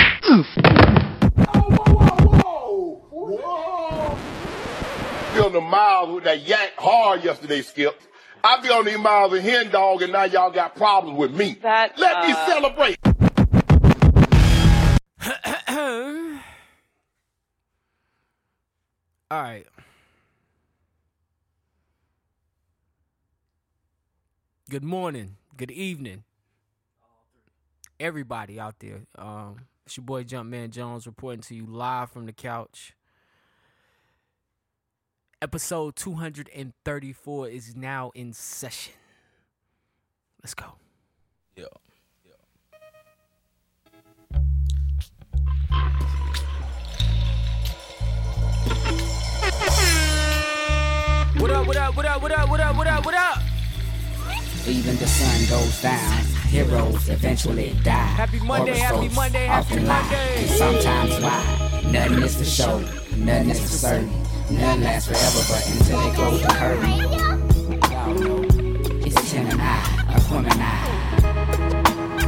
truth. Whoa, whoa, whoa. Feeling the miles with that yank hard yesterday, Skip. I be on these miles of hen dog, and now y'all got problems with me. That, Let me uh, celebrate. All right. Good morning. Good evening. Everybody out there. Um, it's your boy Jumpman Jones reporting to you live from the couch. Episode 234 is now in session. Let's go. Yeah. What up, what up, what up, what up, what up, what up, what up? Even the sun goes down. Heroes eventually die. Happy Monday, happy Horoscopes Monday, happy often lie, Monday. And sometimes lie. Nothing is for sure. Nothing is for certain. None lasts forever, but until they close the curtain. Y'all know it's Gemini, a Gemini.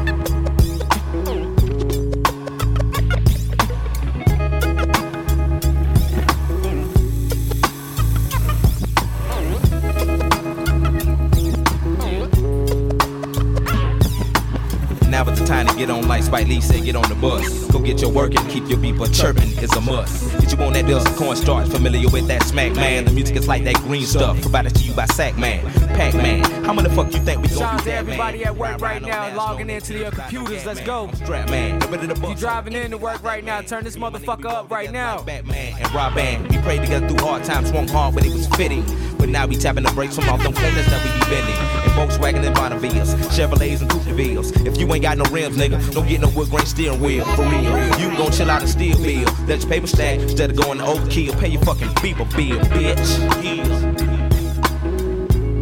Now is the time to get on like Spike Lee said, get on the bus. Go get your work and keep your beeper chirping is a must. Get you on that dust, cornstarch, familiar with that smack man. The music is like that green stuff, provided to you by Sack Man, Pac Man. How many fuck you think we Shout gon' out do to that, everybody man? at work right on now, down, logging slow into your down, computers. Let's Batman. go. I'm strapped, man. Get rid of the You bus. driving in to work right now, turn this motherfucker up right now. Batman and Rob Band. We prayed together through hard times, swung hard when it was fitting. But now we tapping the brakes from off them fenders that we be bending. And Volkswagen and Bonnevilles, Chevrolets and Coupe de Villes. If you ain't got no rims, nigga, don't get no wood grain steering wheel. For real, you can go chill out and steal bill. Let your paper stack instead of going to overkill. Pay your fucking beeper bill, bitch.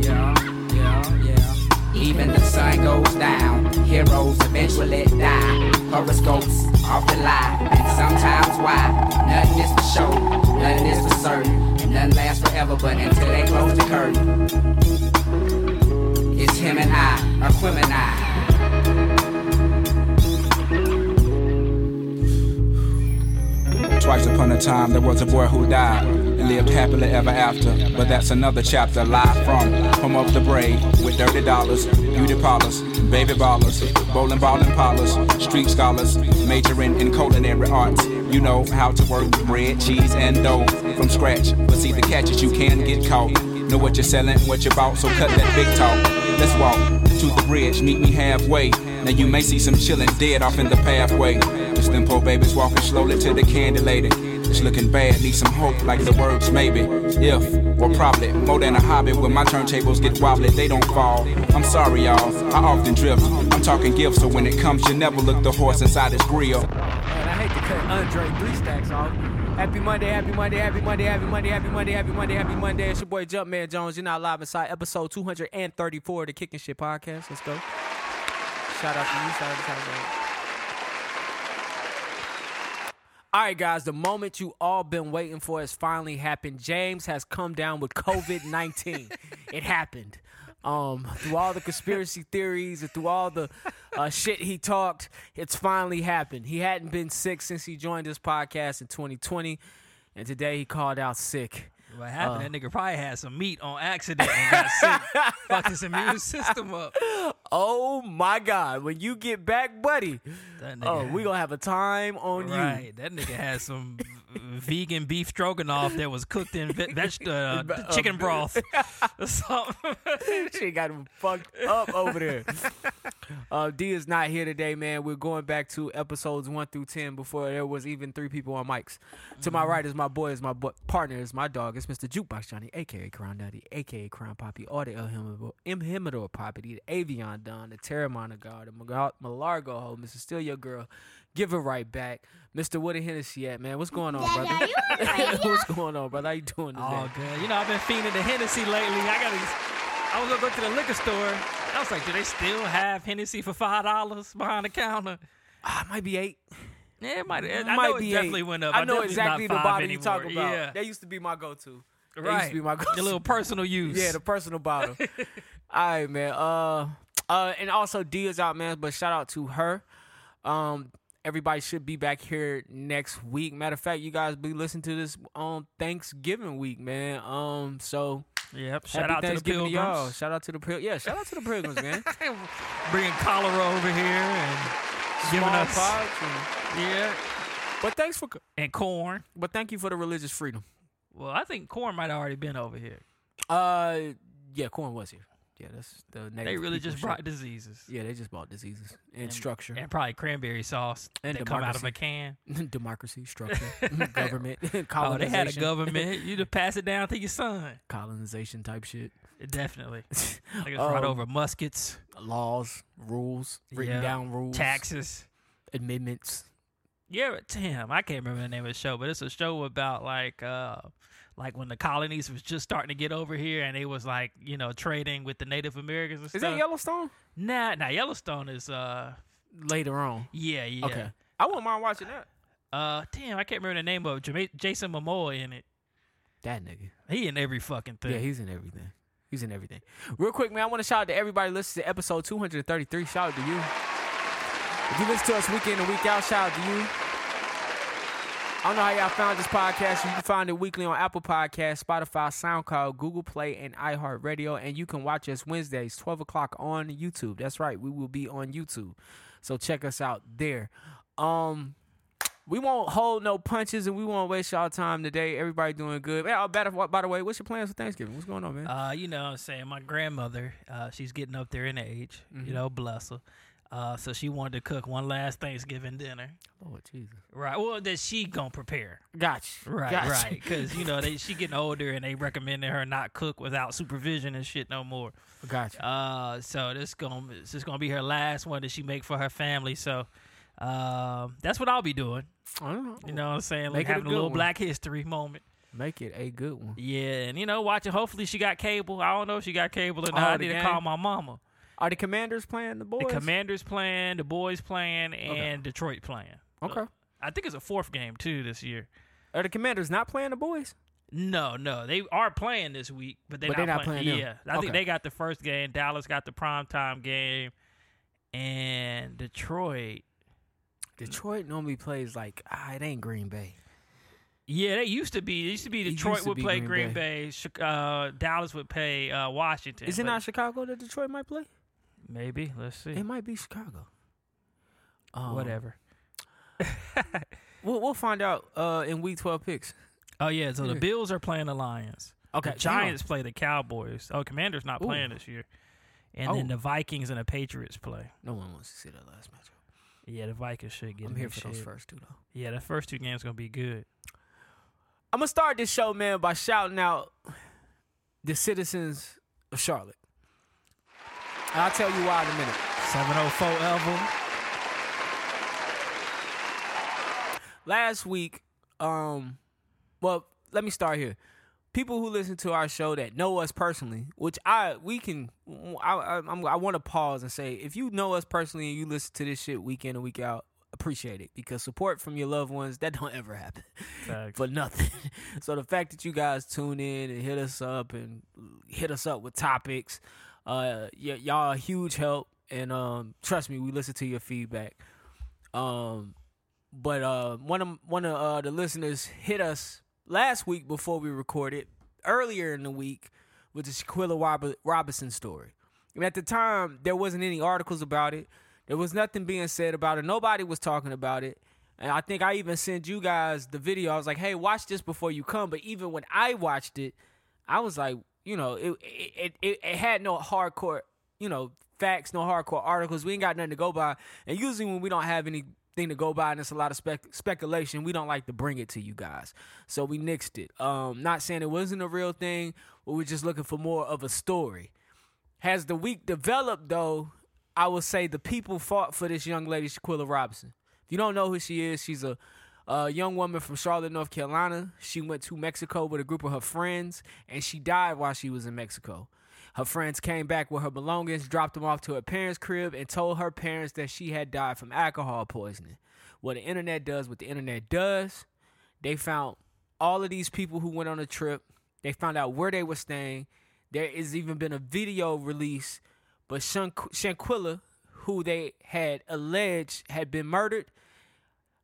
Yeah, yeah, yeah. Even the sun goes down. Heroes eventually die. Horoscopes often lie. And sometimes why? Nothing is for sure. Nothing is for certain. Nothing lasts forever, but until they close the curtain. It's him and I, a Gemini. Twice upon a time, there was a boy who died and lived happily ever after. But that's another chapter. Live from home of the brave with dirty dollars, beauty parlors, baby ballers, bowling ball parlors, street scholars, majoring in culinary arts. You know how to work with bread, cheese, and dough from scratch. But see, the catch is you can get caught. Know what you're selling, what you bought, so cut that big talk. Let's walk to the bridge, meet me halfway. Now you may see some chillin' dead off in the pathway. Just them poor babies walking slowly to the candy lady. It's looking bad, need some hope, like the words maybe. If, or probably, more than a hobby. When my turntables get wobbly, they don't fall. I'm sorry, y'all, I often drift. I'm talking gifts, so when it comes, you never look the horse inside his grill. Man, I hate to cut Andre three stacks off. Happy Monday, happy Monday, happy Monday, happy Monday, happy Monday, happy Monday, happy Monday. It's your boy Jumpman Jones. You're not live inside episode 234 of the Kicking Shit Podcast. Let's go. Shout out to you. Shout out to Tyler. All right, guys, the moment you all been waiting for has finally happened. James has come down with COVID 19. it happened. Um, through all the conspiracy theories and through all the uh, shit he talked, it's finally happened. He hadn't been sick since he joined this podcast in 2020, and today he called out sick. What Uh. happened? that nigga probably had some meat on accident and got sick. Fucked his immune system up. Oh my God! When you get back, buddy, That nigga oh, we gonna have a time on you. Right, that nigga had some v- vegan beef stroganoff that was cooked in ve- veg- uh, uh, chicken broth. or something. she got him fucked up over there. Uh, D is not here today, man. We're going back to episodes one through ten before there was even three people on mics. To my right is my boy, is my bu- partner, is my dog. It's Mr. Jukebox Johnny, aka Crown Daddy, aka Crown Poppy, all the El Hemidor- M. Hemidor Poppy, the Avion Don, the Terramana God, the Maga- Malargo Ho, Mr. Still Your Girl. Give it right back. Mr. What the Hennessy at, man? What's going on, brother? What's going on, brother? How you doing today? Oh, good. You know, I've been fiending the Hennessy lately. I gotta. I was gonna go to the liquor store. I was like, do they still have Hennessy for five dollars behind the counter? Ah, it might be eight. Yeah, it might. I might know it be definitely eight. went up. I know definitely it's not exactly the five bottle you anymore. talking about. Yeah, That used to be my go-to. That right. used to be my go-to. Your little personal use. yeah, the personal bottle. All right, man. Uh, uh, and also D is out, man. But shout out to her. Um, everybody should be back here next week. Matter of fact, you guys be listening to this on Thanksgiving week, man. Um, so Yep. Shout happy out to the Thanksgiving Pilgrims. y'all. Shout out to the pilgrims. Yeah, shout out to the pilgrims, man. Bringing cholera over here and giving us Smallpox and- yeah but thanks for, and corn. but thank you for the religious freedom. Well, I think corn might have already been over here. Uh, yeah, corn was here. Yeah, that's the native They really people just shit. brought diseases Yeah, they just brought diseases and, structure, and probably cranberry sauce And that come out of democracy. a can. democracy, structure, government, colonization, Oh, they had a government. You to pass it down to your son. colonization type shit, Definitely. They just brought Um, over muskets, laws, rules, written Yeah. down rules, taxes. amendments. Yeah, damn, I can't remember the name of the show, but it's a show about like uh like when the colonies was just starting to get over here and they was like, you know, trading with the Native Americans and Is stuff. that Yellowstone? Nah, nah, Yellowstone is uh Later on. yeah, yeah. Okay. I wouldn't mind watching that. Uh damn, I can't remember the name of it. Jama- Jason Momoa in it. That nigga. He in every fucking thing. Yeah, he's in everything. He's in everything. Real quick, man, I want to shout out to everybody listening to episode 233. Shout out to you. If you listen to us week in and week out, shout out to you. I don't know how y'all found this podcast. You can find it weekly on Apple Podcasts, Spotify, SoundCloud, Google Play, and iHeartRadio. And you can watch us Wednesdays, 12 o'clock on YouTube. That's right. We will be on YouTube. So check us out there. Um, we won't hold no punches and we won't waste y'all time today. Everybody doing good. Man, oh, by, the, by the way, what's your plans for Thanksgiving? What's going on, man? Uh, you know what I'm saying? My grandmother, uh, she's getting up there in age, you know, bless her. Uh, so she wanted to cook one last Thanksgiving dinner. oh, Jesus. Right. Well, that she gonna prepare. Gotcha. Right, gotcha. right. Because you know they she getting older and they recommending her not cook without supervision and shit no more. Gotcha. Uh, so this gonna this is gonna be her last one that she make for her family. So, um, that's what I'll be doing. I don't know. You know what I'm saying? Like Make it a having a, good little one. Black History moment. Make it a good one. Yeah, and you know watching. Hopefully she got cable. I don't know if she got cable or not. I the need to game? call my mama. Are the commanders playing the boys? The Commanders playing, the boys playing, and Detroit playing. okay. I think it's a fourth game too this year. Are the commanders not playing the boys? No, no, they are playing this week, but they're But not, they're not playing. playing yeah, them. I think Okay. they got the first game. Dallas got the primetime game, and Detroit. Detroit normally plays like, ah, it ain't Green Bay. Yeah, they used to be. It used to be used Detroit to would be play Green Green Bay. Bay. Chi- uh, Dallas would play uh, Washington. Is it but not Chicago that Detroit might play? maybe? Let's see. It might be Chicago. Um, Whatever. We'll, we'll find out uh, in week 12 picks. Oh yeah, so the Bills are playing the Lions. Okay, the Giants play the Cowboys. Oh, Commanders not playing this year, and then Oh. the Vikings and the Patriots play. No one wants to see that last matchup. Yeah, the Vikings should get. I'm them here this for those year. first two, though. Yeah, the first two games gonna be good. I'm gonna start this show, man, by shouting out the citizens of Charlotte. And I'll tell you why in a minute. 704 Elvin. Last week, um, well, let me start here. People who listen to our show that know us personally, which I we can, I I, I'm- I want to pause and say, if you know us personally and you listen to this shit week in and week out, appreciate it because support from your loved ones that don't ever happen. for nothing. so the fact that you guys tune in and hit us up and hit us up with topics, uh, y- y'all a huge help. And um, trust me, we listen to your feedback. Um, but uh, one of one of uh, the listeners hit us last week before we recorded earlier in the week with the Shaquilla Rob- Robinson story. And at the time, there wasn't any articles about it. There was nothing being said about it. Nobody was talking about it. And I think I even sent you guys the video. I was like, "Hey, watch this before you come." But even when I watched it, I was like, you know, it it it, it, it had no hardcore, you know, facts, no hardcore articles. We ain't got nothing to go by. And usually when we don't have anything to go by and it's a lot of spec- speculation, we don't like to bring it to you guys. So we nixed it. Um, not saying it wasn't a real thing, but we're just looking for more of a story. Has the week developed though? I will say the people fought for this young lady, Shaquilla Robinson. If you don't know who she is, she's a, a young woman from Charlotte, North Carolina. She went to Mexico with a group of her friends, and she died while she was in Mexico. Her friends came back with her belongings, dropped them off to her parents' crib, and told her parents that she had died from alcohol poisoning. What the internet does, what the internet does, they found all of these people who went on the trip. They found out where they were staying. There has even been a video release, but Shan- Shanquilla, who they had alleged had been murdered,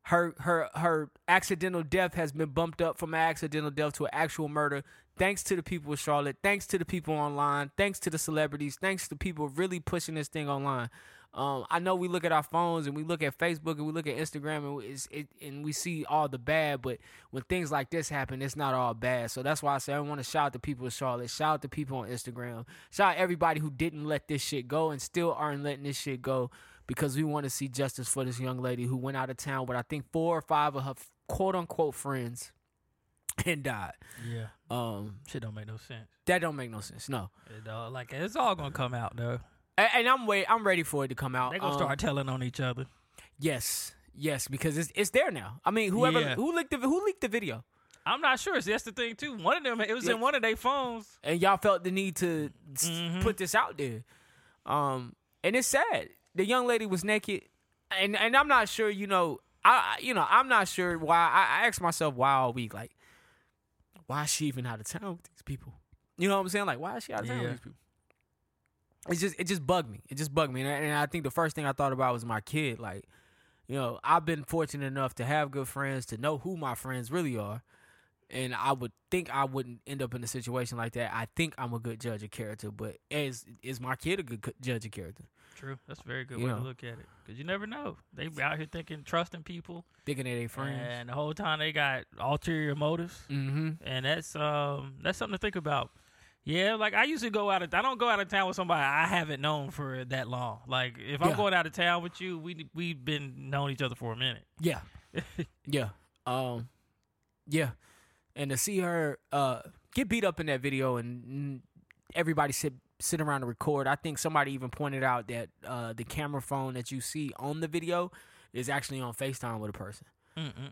her her her accidental death has been bumped up from an accidental death to an actual murder thanks to the people of charlotte thanks to the people online thanks to the celebrities thanks to people really pushing this thing online um, i know we look at our phones and we look at facebook and we look at instagram and, we- it's, it, and we see all the bad but when things like this happen it's not all bad so that's why i say i want to shout out to people of charlotte shout out to people on instagram shout out everybody who didn't let this shit go and still aren't letting this shit go because we want to see justice for this young lady who went out of town with I think four or five of her quote unquote friends and died. Yeah, Um, shit don't make no sense. that don't make no sense. No, It, uh, like it's all gonna come out though. A- and, I'm wait, I'm ready for it to come out. They gonna Um, start telling on each other. Yes, yes, because it's it's there now. I mean, whoever Yeah. who leaked the who leaked the video, I'm not sure. See, that's the thing too. One of them, it was Yeah. in one of their phones. and y'all felt the need to s- put this out there. Um, and it's sad. The young lady was naked, and and I'm not sure. You know, I I- you know I'm not sure why. I, I asked myself why all week, like, why is she even out of town with these people? You know what I'm saying? Like, why is she out of town Yeah. with these people? It's just it just bugged me. It just bugged me, and I, and I think the first thing I thought about was my kid. Like, you know, I've been fortunate enough to have good friends, to know who my friends really are. And I would think I wouldn't end up in a situation like that. I think I'm a good judge of character, but is is my kid a good co- judge of character? True. That's a very good You way know. to look at it. Cause you never know. They be out here thinking, trusting people, Thinking they they friends. and the whole time they got ulterior motives. Mm-hmm. and that's um that's something to think about. Yeah, like I usually go out of I don't go out of town with somebody I haven't known for that long. Like if I'm Yeah. going out of town with you, we we've been knowing each other for a minute. Yeah. yeah. Um yeah. And to see her uh get beat up in that video and mm, everybody sit sit around to record. I think somebody even pointed out that uh the camera phone that you see on the video is actually on FaceTime with a person.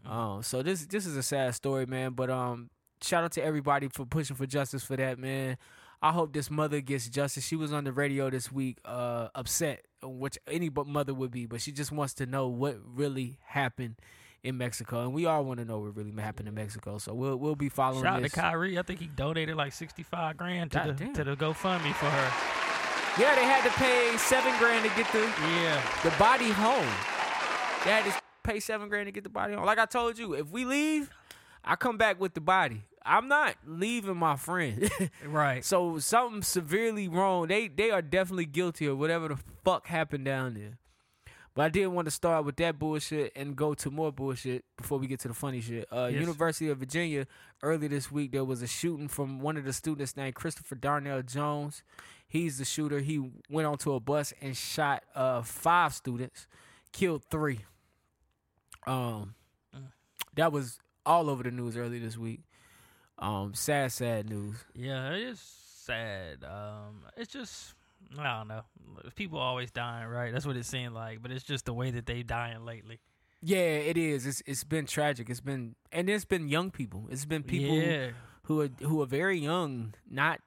Um so this this is a sad story, man, but um shout out to everybody for pushing for justice for that, man. I hope this mother gets justice. She was on the radio this week, uh, upset, which any bu- mother would be, but she just wants to know what really happened in Mexico, and we all want to know what really happened in Mexico. So we'll we'll be following Shout out to this. Kyrie. I think he donated like sixty five grand to God the damn. to the GoFundMe for her. yeah, they had to pay seven grand to get the Yeah. the body home. They had to pay seven grand to get the body home. Like I told you, if we leave, I come back with the body. I'm not leaving my friend. Right. So something severely wrong. They they are definitely guilty of whatever the fuck happened down there. But I did want to start with that bullshit and go to more bullshit before we get to the funny shit. Uh, Yes. University of Virginia earlier this week there was a shooting from one of the students named Christopher Darnell Jones. He's the shooter. He went onto a bus and shot uh, five students, killed three. Um, Mm. that was all over the news earlier this week. Um, sad, sad news. Yeah, it is sad. Um, it's just I don't know. People always dying, right? That's what it seemed like. But it's just the way that they dying lately. Yeah, it is. It's it's been tragic. It's been and it's been young people. It's been people who- yeah, who are who are very young. Not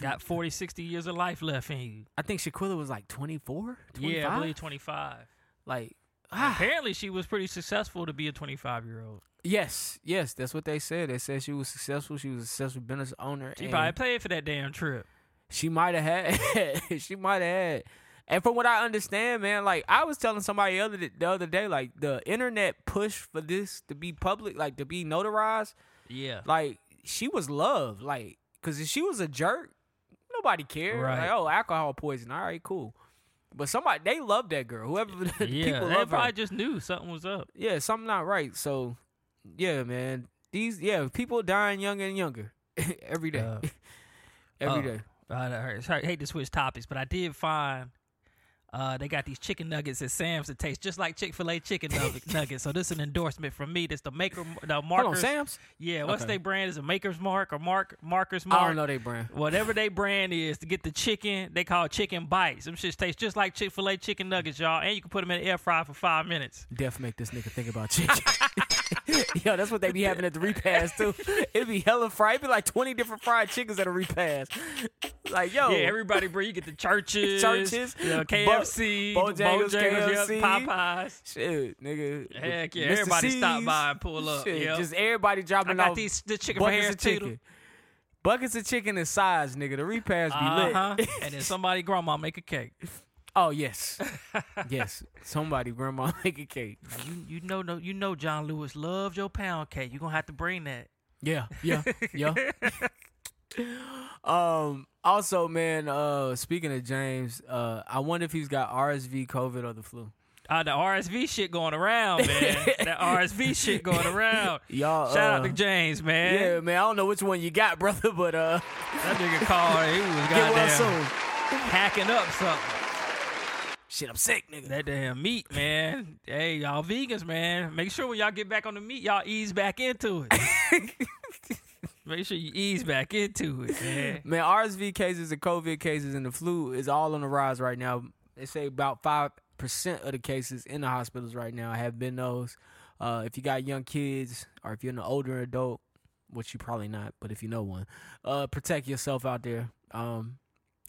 got 40, 60 years of life left in you. I think Shaquilla was like 24, 25? Yeah, I believe 25. like ah, Apparently, she was pretty successful to be a 25 year old. yes, yes, that's what they said. They said she was successful. She was a successful business owner. She and probably played for that damn trip. she might have had she might have had and from what i understand man like i was telling somebody other th- the other day like the internet push for this to be public like to be notarized Yeah. like she was loved like because if she was a jerk nobody cared Right. like oh alcohol poison all right cool but somebody they love that girl whoever the yeah. people They love her probably just knew something was up. yeah something not right so yeah man these yeah people dying younger and younger every day Uh, every day. Oh, I heard- sorry, I hate to switch topics, but I did find uh, they got these chicken nuggets at Sam's that taste just like Chick Fil A chicken nug- nuggets. So this is an endorsement from me. That's the maker, the markers. hold on sam's Yeah, what's Okay. their brand? Is it Maker's Mark or Mark Markers Mark? i don't know they brand Whatever they brand is to get the chicken, they call it chicken bites. Them shits taste just like Chick Fil A chicken nuggets, y'all, and you can put them in the air fryer for five minutes. Death make this nigga think about chicken. Yo, that's what they be having at the repast too. It'd be hella fried. It'd be like twenty different fried chickens at a repast. Like yo, Yeah, everybody bring. You get the churches, Churches, you know, Bo- KFC, Bojangles, yep, KFC. Popeyes. shit, nigga. Heck yeah, Mr. everybody stop C's. by and pull up, Shit, yeah. just everybody dropping I got off these the chicken for buckets Harris of chicken. Teeter. Buckets of chicken and size, nigga. The repast be Uh huh. lit. and then somebody grandma make a cake. Oh yes, yes. Somebody, grandma, make a cake. You you know no you know John Lewis loved your pound cake. You are gonna have to bring that. Yeah, yeah, yeah. um. Also, man. Uh, speaking of James, uh, I wonder if he's got RSV, COVID, or the flu. Uh, the RSV shit going around, man. that RSV shit going around. Y'all, shout out uh, to James, Yeah, man. man. I don't know which one you got, brother, but uh, That nigga called. He was get well goddamn soon. hacking up something. Shit, I'm sick, nigga. That damn meat, man. Hey, y'all vegans, man. Make sure when y'all get back on the meat, y'all ease back into it. Make sure you ease back into it, man. Man, RSV cases and COVID cases and the flu is all on the rise right now. They say about five percent of the cases in the hospitals right now have been those. Uh, if you got young kids or if you're an older adult, which you probably not, but if you know one, uh, protect yourself out there. Um,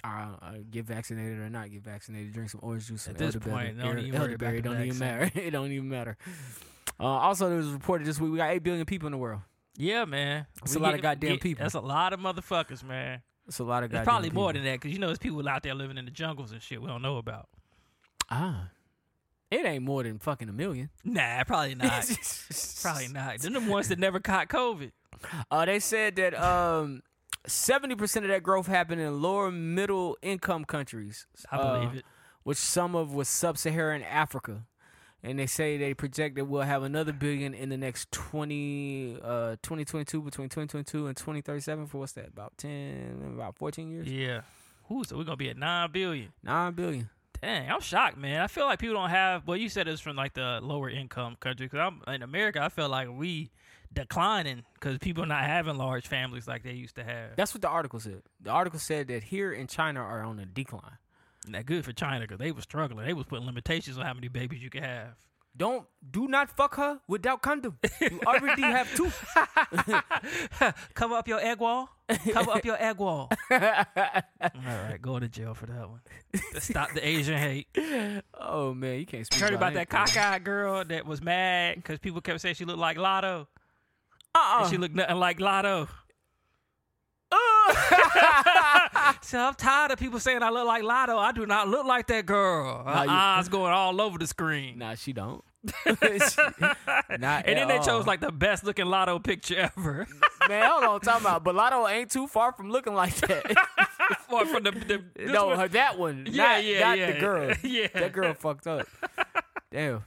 I, I get vaccinated or not get vaccinated. Drink some orange juice. At this point, don't even worry about the don't even vaccine. matter. it don't even matter. Uh, also, there was reported this week we got eight billion people in the world. Yeah, man. That's We a lot of get- goddamn get- people. That's a lot of motherfuckers, man. It's a lot of It's guys. probably more than that because you know there's people out there living in the jungles and shit we don't know about. ah. It ain't more than fucking a million. Nah, probably not. probably not. Them the ones that never caught COVID. Uh, they said that um, seventy percent of that growth happened in lower middle income countries. I believe uh, it. Which some of was sub-Saharan Africa, and they say they project that we'll have another billion in the next 20, uh, 2022 between twenty twenty two and twenty thirty seven for what's that about ten about fourteen years Yeah. Ooh, so we're gonna be at nine billion. nine billion. Dang, I'm shocked, man. I feel like people don't have. Well, you said it's from like the lower income country because I'm in America. I feel like we declining because people not having large families like they used to have. That's what the article said. The article said that here in China are on a decline. And that good for China because they was struggling. They was putting limitations on how many babies you could have. Don't do not fuck her without condom. You already have two. Cover up your egg wall. Cover up your egg wall. All right, go to jail for that one. Stop the Asian hate. Oh man, you can't speak. Heard about that anything. cockeyed girl that was mad because people kept saying she looked like Lotto. Uh-uh. And she looked nothing like Lotto. so Uh. I'm tired of people saying I look like Lotto. I do not look like that girl. Uh, Her you- eyes going all over the screen. Nah, she don't. Not and then at they all. chose like the best looking Lotto picture ever. man, hold on, talking about Bellotto ain't too far from looking like that. Or from the, the this no, one- her, that one. Yeah, not, yeah, not yeah. the girl. Yeah. that girl fucked up. Damn.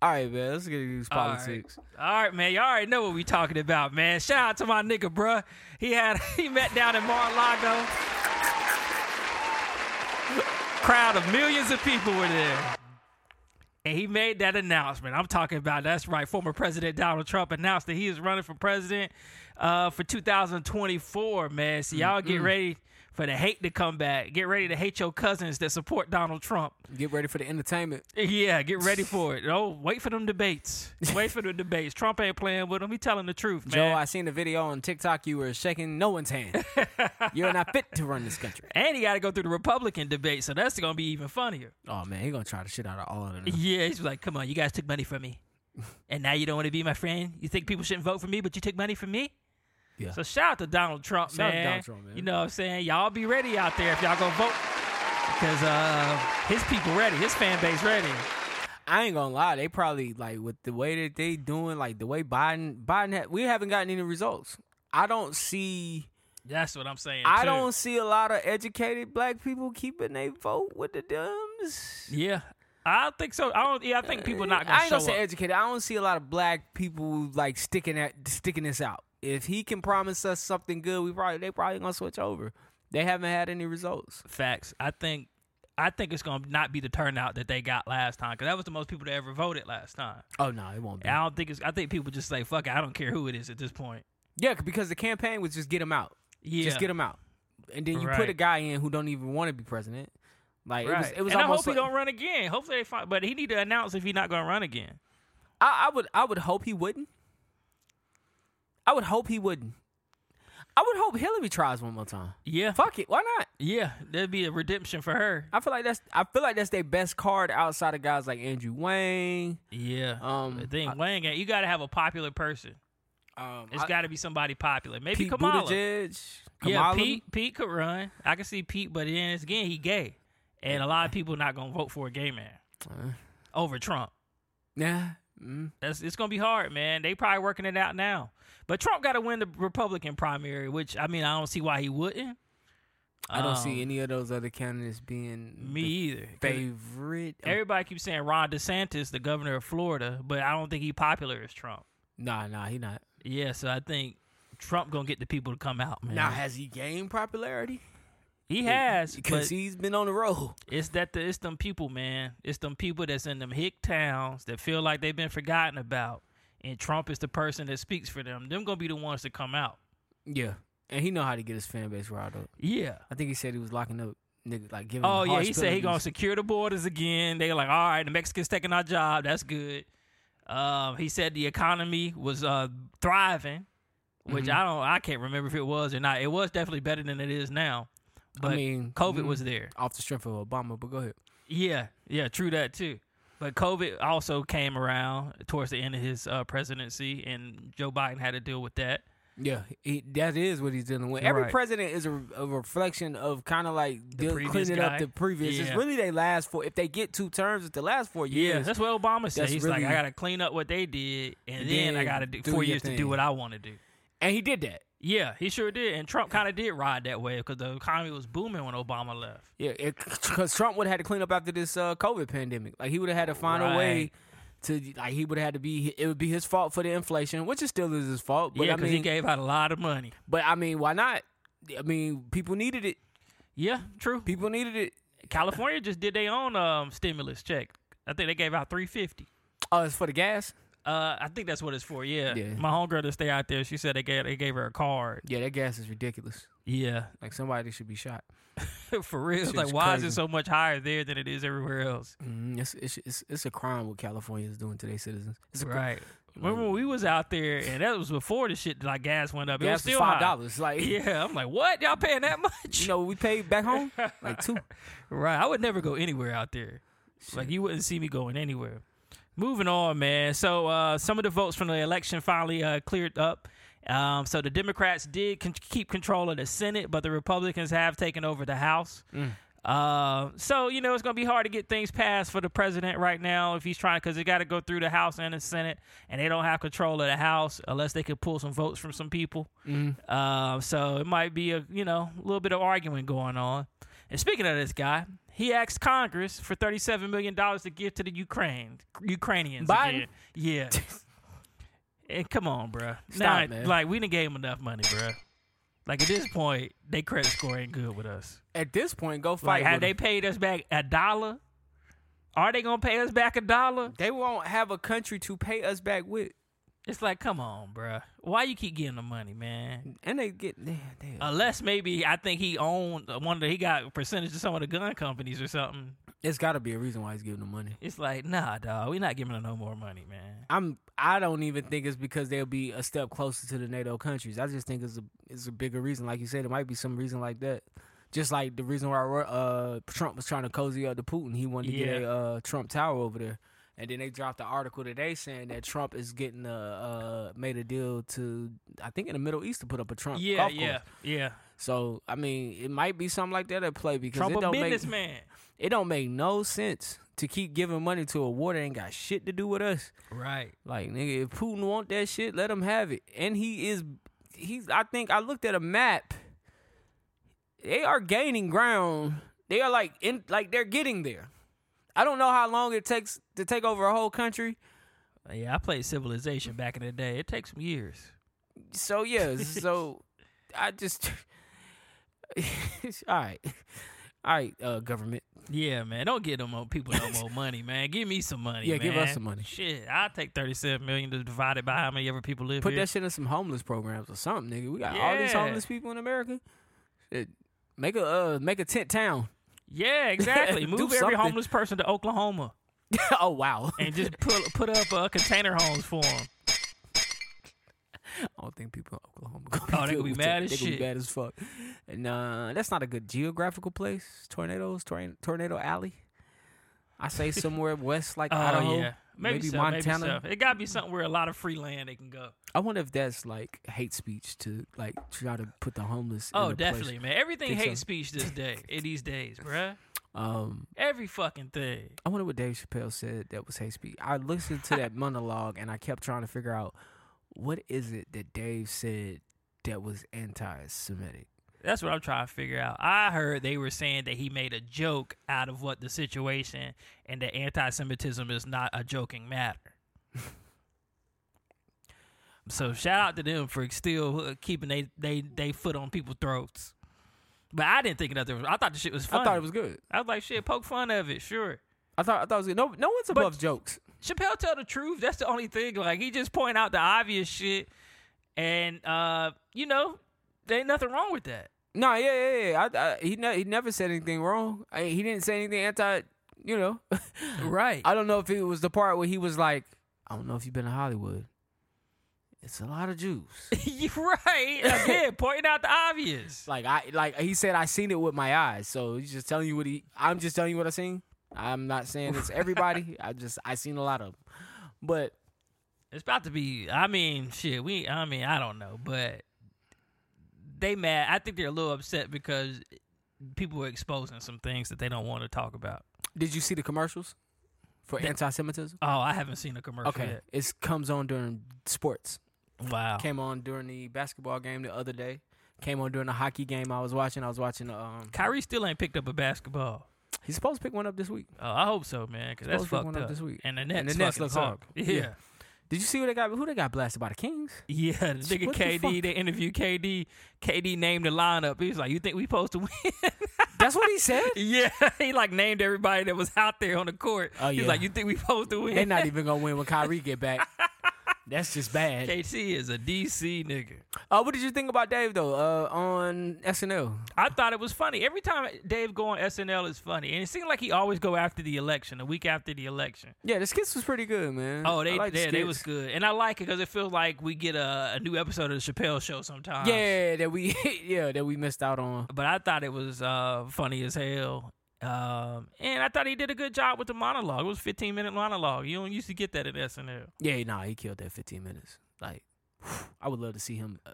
All right, man. Let's get into these All right. politics. All right. man. Y'all already know what we talking about, man. Shout out to my nigga, bruh. He had he met down in Mar-a-Lago. Crowd of millions of people were there. And he made that announcement. I'm talking about that's right. Former President Donald Trump announced that he is running for president uh, for 2024, man. So y'all get ready for the hate to come back. Get ready to hate your cousins that support Donald Trump. Get ready for the entertainment. Yeah, get ready for it. Oh, wait for them debates. Wait for the debates. Trump ain't playing with them. He telling the truth, man. Joe, I seen the video on TikTok. You were shaking no one's hand. You're not fit to run this country. and he got to go through the Republican debate, so that's gonna be even funnier. Oh man, he gonna try the shit out of all of them. Yeah, he's like, "Come on, you guys took money from me, and now you don't want to be my friend. You think people shouldn't vote for me, but you took money from me." Yeah. So shout out to Donald Trump, Shout out man. to Donald Trump, man. You know what I'm saying? Y'all be ready out there if y'all gonna vote, because uh, his people ready, his fan base ready. I ain't gonna lie, they probably like with the way that they doing, like the way Biden Biden had, we haven't gotten any results. I don't see That's what I'm saying. I too. don't see a lot of educated black people keeping their vote with the dumbs. Yeah, I don't think so. I don't. Yeah, I think people not gonna Uh, I ain't show gonna say up. educated. I don't see a lot of black people like sticking at sticking this out. If he can promise us something good, we probably they probably gonna switch over. They haven't had any results. Facts. I think I think it's gonna not be the turnout that they got last time because that was the most people that ever voted last time. Oh no, it won't be. And I don't think it's. I think people just say fuck it. I don't care who it is at this point. Yeah, because the campaign was just get him out. Yeah. Just get him out. And then you put Right. a guy in who don't even want to be president. Like Right. it was, it was and I hope almost. he like- don't run again. Hopefully they find. But he need to announce if he not gonna run again. I, I would, I would hope he wouldn't. I would hope he wouldn't. I would hope Hillary tries one more time. Yeah. Fuck it, why not? Yeah. That'd be a redemption for her. I feel like that's, I feel like that's their best card outside of guys like Andrew Wayne. Yeah. Um, the thing Wang, you got to have a popular person. Um, It's got to be somebody popular. Maybe Pete Kamala. Buttigieg. Yeah, Kamala. Pete. Pete could run. I can see Pete, but then it's- again, he gay, and a lot of people not gonna vote for a gay man Uh. over Trump. Yeah. mm, That's it's gonna be hard, man. They probably working it out now. But Trump got to win the Republican primary, which I mean I don't see why he wouldn't. I don't Um, see any of those other candidates being me the either. 'Cause favorite. Everybody keeps saying Ron DeSantis, the governor of Florida, but I don't think he popular as Trump. Nah, nah, he not. Yeah, so I think Trump gonna get the people to come out, man. Now has he gained popularity? he has, Because but he's been on the road. it's that the, it's them people, man. It's them people that's in them hick towns that feel like they've been forgotten about, and Trump is the person that speaks for them. Them gonna be the ones to come out. Yeah, and he know how to get his fan base riled up. Yeah. I think he said he was locking up niggas like giving. Oh them yeah, hard he said he gonna penalties. secure the borders again. They like, all right, the Mexicans taking our job. That's good. Um, he said the economy was uh, thriving, which Mm-hmm. I don't, I can't remember if it was or not. It was definitely better than it is now. But mean, COVID mm. was there. off the strength of Obama. But go ahead. Yeah, yeah, true that too. But COVID also came around towards the end of his uh, presidency, and Joe Biden had to deal with that. Yeah, he, that is what he's dealing with. Every Right. president is a, a reflection of kind of like deal, previous cleaning guy. up the previous. It's Yeah. really they last for if they get two terms, it's the last four Yeah, years. that's what Obama said. That's He's really- like, I got to clean up what they did, and then, Then I got to do, do four your years to do thing. what I want to do. and he did that. Yeah, he sure did. And Trump kind of did ride that way because the economy was booming when Obama left. Yeah, because Trump would have had to clean up after this uh, COVID pandemic. Like he would have had to find a way Right. to like he would have had to be. It would be his fault for the inflation, which is still is his fault. But yeah, I because mean, he gave out a lot of money. but I mean, why not? I mean, people needed it. Yeah, true. People needed it. California just did their own um, stimulus check. I think they gave out three fifty. Oh, it's for the gas. Uh, I think that's what it's for. Yeah. Yeah. my homegirl that stay out there, she said they gave they gave her a card. Yeah, that gas is ridiculous. Yeah, Like somebody should be shot. for real. Shit's like, why is crazy. it so much higher there than it is everywhere else? Mm, it's, it's it's it's a crime what California is doing to their citizens. It's a cr- Right. Remember when we was out there, and that was before the shit like gas went up. it was gas was still five high. dollars. Like Yeah, I'm like, what? Y'all paying that much? you know, what we paid back home like two. Right. I would never go anywhere out there. Like you wouldn't see me going anywhere. Moving on, man. So uh, some of the votes from the election finally uh, cleared up. Um, so the Democrats did con- keep control of the Senate, but the Republicans have taken over the House. Uh, so you know it's gonna be hard to get things passed for the president right now if he's trying because it got to go through the House and the Senate, and they don't have control of the House unless they could pull some votes from some people. Uh, so it might be a you know little bit of arguing going on. And speaking of this guy, he asked Congress for thirty-seven million dollars to give to the Ukraine Ukrainians. Biden? again. yeah. and come on, bruh. Stop, Nah, man. Like we didn't gave him enough money, bruh. Like at this point, they credit score ain't good with us. At this point, go Like, fight. had with they them. paid us back a dollar? Are they gonna pay us back a dollar? they won't have a country to pay us back with, It's like, come on, bruh. Why you keep getting the money, man? and they get damn, damn. Unless maybe I think he owned one of the, he got a percentage of some of the gun companies or something. There's got to be a reason why he's giving them money. It's like, nah, dog, we not giving them no more money, man. I'm. I don't even think it's because they'll be a step closer to the NATO countries. I just think it's a it's a bigger reason. Like you said, it might be some reason like that. Just like the reason why uh, Trump was trying to cozy up to Putin, he wanted to get Yeah. a uh, Trump tower over there, and then they dropped the article today saying that Trump is getting a uh, made a deal to I think in the Middle East to put up a Trump Yeah, golf yeah, course. yeah. So I mean, it might be something like that at play because Trump it a don't make businessman. it don't make no sense to keep giving money to a war that ain't got shit to do with us. Right. Like nigga, if Putin want that shit, let him have it. And he is he's I think I looked at a map. They are gaining ground. They are like in like they're getting there. I don't know how long it takes to take over a whole country. Yeah, I played Civilization back in the day. It takes some years. So yeah, so I just all right. All right, uh, government. Yeah, man. Don't give no more people no more money, man. Give me some money. Yeah, give us man. some money. Shit, I'll take thirty-seven million to divide it by how many ever people live Put here. that shit in some homeless programs or something, nigga. We got all these Yeah. homeless people in America. Shit. Make a uh, make a tent town. yeah, exactly. Do Move every something. homeless person to Oklahoma oh wow. and just put put up uh, container homes for them. I don't think people in Oklahoma gonna Oh, they good gonna be with that. mad as they gonna shit. Be mad as fuck. Nah, that's not a good geographical place. Tornadoes, torn- tornado alley. I say somewhere west, like Oh Idaho, yeah, maybe, so, Montana. Maybe so. It gotta be something where a lot of free land they can go. I wonder if that's like hate speech to like try to put the homeless. in Oh, a place. definitely, man. Everything Think hate so. speech this day, in these days, bruh. Um, Every fucking thing. I wonder what Dave Chappelle said that was hate speech. I listened to that monologue and I kept trying to figure out what is it that Dave said that was anti-Semitic. That's what I'm trying to figure out. I heard they were saying that he made a joke out of what the situation and that anti Semitism is not a joking matter. so shout out to them for still uh, keeping they, they, they foot on people's throats. But I didn't think nothing was I thought the shit was funny. I thought it was good. I was like, shit, poke fun of it, sure. I thought I thought it was good. No, no one's above jokes. Chappelle tell the truth. That's the only thing. Like he just point out the obvious shit, and uh, you know, there ain't nothing wrong with that. No, yeah, yeah, yeah. I, I, he ne- he never said anything wrong. I, he didn't say anything anti. You know, Right. I don't know if it was the part where he was like, I don't know if you've been to Hollywood. It's a lot of Jews. right. Again, pointing out the obvious. Like I like he said I seen it with my eyes. So he's just telling you what he I'm just telling you what I seen. I'm not saying it's everybody. I just I seen a lot of 'em. But It's about to be. I mean, shit. We. I mean, I don't know, but they mad. I think they're a little upset because people are exposing some things that they don't want to talk about. did you see the commercials for anti-Semitism? Oh, I haven't seen a commercial Okay, it comes on during sports. yet. Wow. Came on during the basketball game the other day. Came on during the hockey game I was watching. I was watching. Um, Kyrie still ain't picked up a basketball. he's supposed to pick one up this week. Oh, I hope so, man, because that's Supposed to be fucked going up up. this week. And the And Nets, the Nets fucking looks suck. up. Yeah. Yeah. Did you see who they got? Who they got blasted by the Kings? Yeah, the nigga What the KD, fuck? they interviewed KD. KD named the lineup. He was like, You think we supposed to win? That's what he said. yeah, he like named everybody that was out there on the court. Oh, He was yeah. like, You think we supposed to They're win? not even gonna win when Kyrie get back. That's just bad. KC is a DC nigga. Uh, what did you think about Dave though? Uh, on SNL, I thought it was funny. Every time Dave go on SNL is funny. And it seemed like he always go after the election, a week after the election. yeah, the skits was pretty good, man. Oh, they Mm, I liked the yeah, they skits. was good. And I like it because it feels like we get a, a new episode of the Chappelle show sometimes. Yeah, that we yeah that we missed out on. but I thought it was uh, funny as hell. Um, and I thought he did a good job with the monologue. It was a 15 minute monologue. You don't used to get that at SNL. Yeah, nah, he killed that 15 minutes. Like, I would love to see him uh,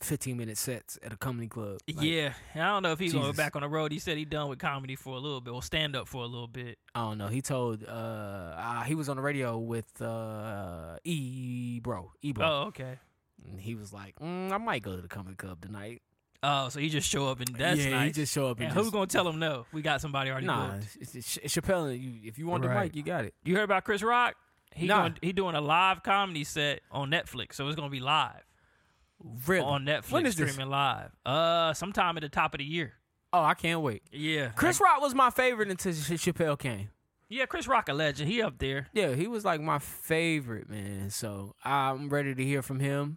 15 minute sets at a comedy club. Like, yeah. And I don't know if he's going Jesus. back on the road. He said he done with comedy for a little bit, or stand up for a little bit. I don't know. He told uh, uh he was on the radio with uh E bro E bro, Oh, okay. and he was like, mm, I might go to the comedy club tonight. Oh, so he just show up and that's yeah, nice. he just show up and, and just, who's gonna tell him no? We got somebody already Nah, booked. it's, it's, it's Chappelle. You, if you want the Right. mic, you got it. You heard about Chris Rock? He Nah. doing, he doing a live comedy set on Netflix, so it's gonna be live Really? on Netflix When is this? streaming live. Uh, sometime at the top of the year. Oh, I can't wait. Yeah, Chris Rock was my favorite until Ch- Chappelle came. Yeah, Chris Rock a legend. He up there. Yeah, he was like my favorite man. So I'm ready to hear from him.